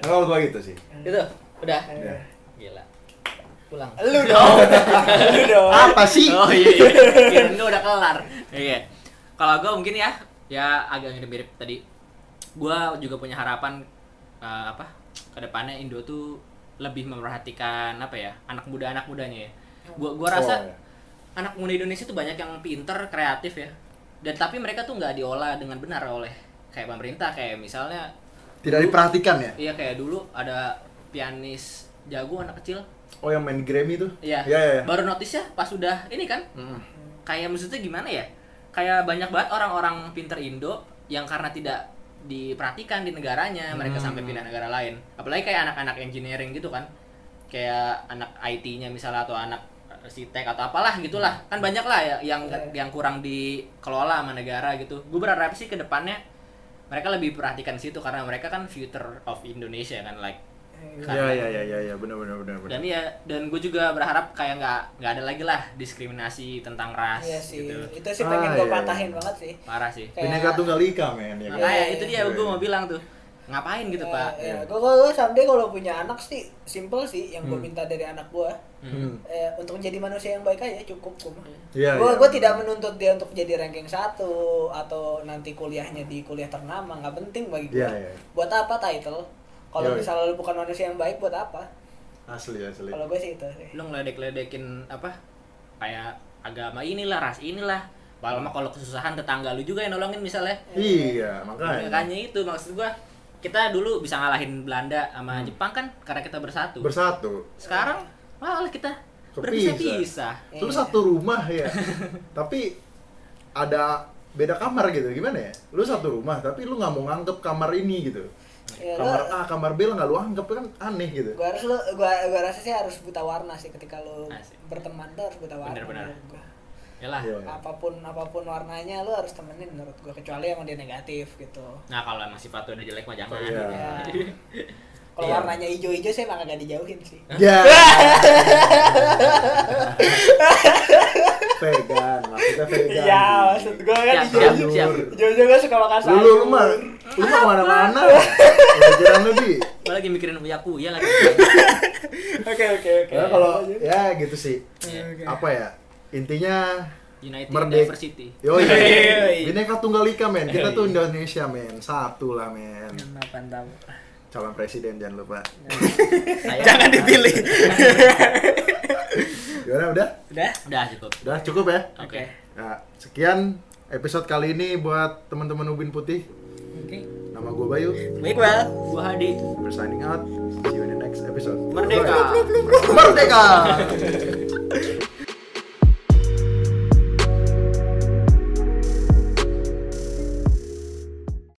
[SPEAKER 3] Kalau gua gitu sih.
[SPEAKER 1] Itu udah.
[SPEAKER 3] Ya.
[SPEAKER 1] Gila. Pulang.
[SPEAKER 2] lu dong Ah. lu dong
[SPEAKER 3] Apa sih?
[SPEAKER 1] Oh iya. iya. Kirain lu udah kelar. Iya. Kalau gue mungkin ya, ya agak mirip-mirip tadi. Gue juga punya harapan eh, apa? Kedepannya Indo tuh lebih memperhatikan apa ya anak muda anak mudanya ya. Gue gua rasa
[SPEAKER 3] Oh, iya.
[SPEAKER 1] anak muda Indonesia tuh banyak yang pinter, kreatif ya. Dan tapi mereka tuh nggak diolah dengan benar oleh kayak pemerintah kayak misalnya
[SPEAKER 3] Tidak diperhatikan ya?
[SPEAKER 1] iya kayak dulu ada pianis jago anak kecil
[SPEAKER 3] Oh yang main Grammy tuh?
[SPEAKER 1] Iya.
[SPEAKER 3] Iya, iya.
[SPEAKER 1] Baru notice ya pas sudah ini kan
[SPEAKER 3] Mm.
[SPEAKER 1] kayak maksudnya gimana ya kayak banyak banget orang-orang pinter Indo yang karena tidak diperhatikan di negaranya mereka
[SPEAKER 3] Hmm.
[SPEAKER 1] sampai pindah negara lain apalagi kayak anak-anak engineering gitu kan kayak anak IT-nya misalnya atau anak eh, si tech atau apalah gitulah kan banyak lah ya yang
[SPEAKER 2] Iya.
[SPEAKER 1] yang kurang dikelola sama negara gitu gue berharap sih ke depannya mereka lebih perhatikan situ karena mereka kan future of Indonesia kan like
[SPEAKER 3] Iya, iya, iya, iya, iya, benar benar benar benar.
[SPEAKER 1] dan ya dan gue juga berharap kayak nggak nggak ada lagi lah diskriminasi tentang ras
[SPEAKER 2] iya sih
[SPEAKER 1] gitu
[SPEAKER 2] itu sih pengen
[SPEAKER 3] Ah,
[SPEAKER 2] gue
[SPEAKER 3] iya,
[SPEAKER 2] patahin
[SPEAKER 3] iya.
[SPEAKER 2] banget sih
[SPEAKER 1] parah sih
[SPEAKER 2] Kayak-
[SPEAKER 3] Bineka tunggal ika, men, ya kan?
[SPEAKER 1] makanya
[SPEAKER 2] Iya,
[SPEAKER 1] itu
[SPEAKER 2] iya,
[SPEAKER 1] dia
[SPEAKER 3] iya.
[SPEAKER 1] gue mau bilang tuh ngapain gitu pak
[SPEAKER 2] Ya, gue gue someday kalau punya anak sih simple sih yang gue
[SPEAKER 1] Hmm.
[SPEAKER 2] minta dari anak gue
[SPEAKER 3] Hmm.
[SPEAKER 2] eh, untuk menjadi manusia yang baik aja cukup kum. gue
[SPEAKER 3] Iya, iya,
[SPEAKER 2] gue
[SPEAKER 3] benar.
[SPEAKER 2] tidak menuntut dia untuk jadi ranking satu atau nanti kuliahnya di kuliah ternama nggak penting bagi gue.
[SPEAKER 3] Iya, iya.
[SPEAKER 2] Buat apa title? Kalau
[SPEAKER 3] Yoi.
[SPEAKER 2] misalnya lu bukan manusia yang baik buat apa?
[SPEAKER 3] Asli, asli.
[SPEAKER 2] Kalau gue sih itu. sih.
[SPEAKER 1] lo ngeledek-ledekin apa kayak agama inilah ras inilah Padahal mah kalau kesusahan tetangga lu juga yang nolongin misalnya
[SPEAKER 3] Iya, makanya.
[SPEAKER 1] makanya itu maksud gue kita dulu bisa ngalahin Belanda sama
[SPEAKER 3] Hmm.
[SPEAKER 1] Jepang kan karena kita bersatu
[SPEAKER 3] Bersatu.
[SPEAKER 1] sekarang malah kita
[SPEAKER 3] Kepisah.
[SPEAKER 1] berpisah-pisah
[SPEAKER 3] Terus
[SPEAKER 2] Iya.
[SPEAKER 3] satu rumah ya. Tapi ada beda kamar gitu gimana ya lu satu rumah tapi lu nggak mau nganggep kamar ini gitu
[SPEAKER 1] Iya,
[SPEAKER 2] Ya, lu-
[SPEAKER 3] kamar A kamar B lu nggak lu anggap kan aneh gitu
[SPEAKER 2] gua harus lo gua gua rasa sih harus buta warna Ah, sih ketika lo
[SPEAKER 1] Asik.
[SPEAKER 2] berteman tuh harus buta warna
[SPEAKER 1] Bener-bener.
[SPEAKER 2] menurut gua.
[SPEAKER 1] Yalah.
[SPEAKER 3] Iya.
[SPEAKER 2] apapun apapun warnanya lo harus temenin menurut gua kecuali emang dia negatif gitu
[SPEAKER 1] Nah, kalau emang sifat lu udah jelek mah jangan.
[SPEAKER 3] Iya.
[SPEAKER 2] ya kalau
[SPEAKER 3] Iya.
[SPEAKER 2] warnanya hijau-hijau sih emang agak dijauhin sih
[SPEAKER 3] ya vegan maksudnya vegan
[SPEAKER 2] Iya, maksud gua kan
[SPEAKER 1] Siap,
[SPEAKER 3] Sayur.
[SPEAKER 1] siap,
[SPEAKER 2] hijau-hijau
[SPEAKER 1] siap.
[SPEAKER 3] Iya.
[SPEAKER 2] hijau-hijau gua suka makan
[SPEAKER 3] lu
[SPEAKER 2] sayur
[SPEAKER 3] lu lu mah lu mah mana-mana pelajaran lu di
[SPEAKER 1] Gua lagi mikirin uyaku, ya lagi.
[SPEAKER 2] oke oke oke
[SPEAKER 3] ya kalau ya gitu sih
[SPEAKER 1] Iya.
[SPEAKER 2] Oke.
[SPEAKER 3] apa ya intinya
[SPEAKER 1] United
[SPEAKER 3] Merdeka.
[SPEAKER 1] Diversity.
[SPEAKER 3] Yoi.
[SPEAKER 2] Yoi.
[SPEAKER 3] Bineka Tunggal Ika, men.
[SPEAKER 1] Yoi.
[SPEAKER 3] Kita tuh Indonesia, men. Satu lah, men.
[SPEAKER 2] Mantap, mantap.
[SPEAKER 3] Calon presiden jangan lupa.
[SPEAKER 1] Saya-
[SPEAKER 2] Jangan dipilih.
[SPEAKER 3] Gimana udah?
[SPEAKER 2] Udah?
[SPEAKER 1] Udah cukup.
[SPEAKER 3] Udah cukup ya.
[SPEAKER 1] Oke.
[SPEAKER 2] Oke.
[SPEAKER 3] Nah, sekian episode kali ini buat teman-teman Ubin Putih.
[SPEAKER 2] Oke.
[SPEAKER 3] Nama gue Bayu.
[SPEAKER 2] Baik, well.
[SPEAKER 1] Gua Hadi.
[SPEAKER 3] We're signing out. See you in the next episode.
[SPEAKER 1] Merdeka.
[SPEAKER 3] Merdeka.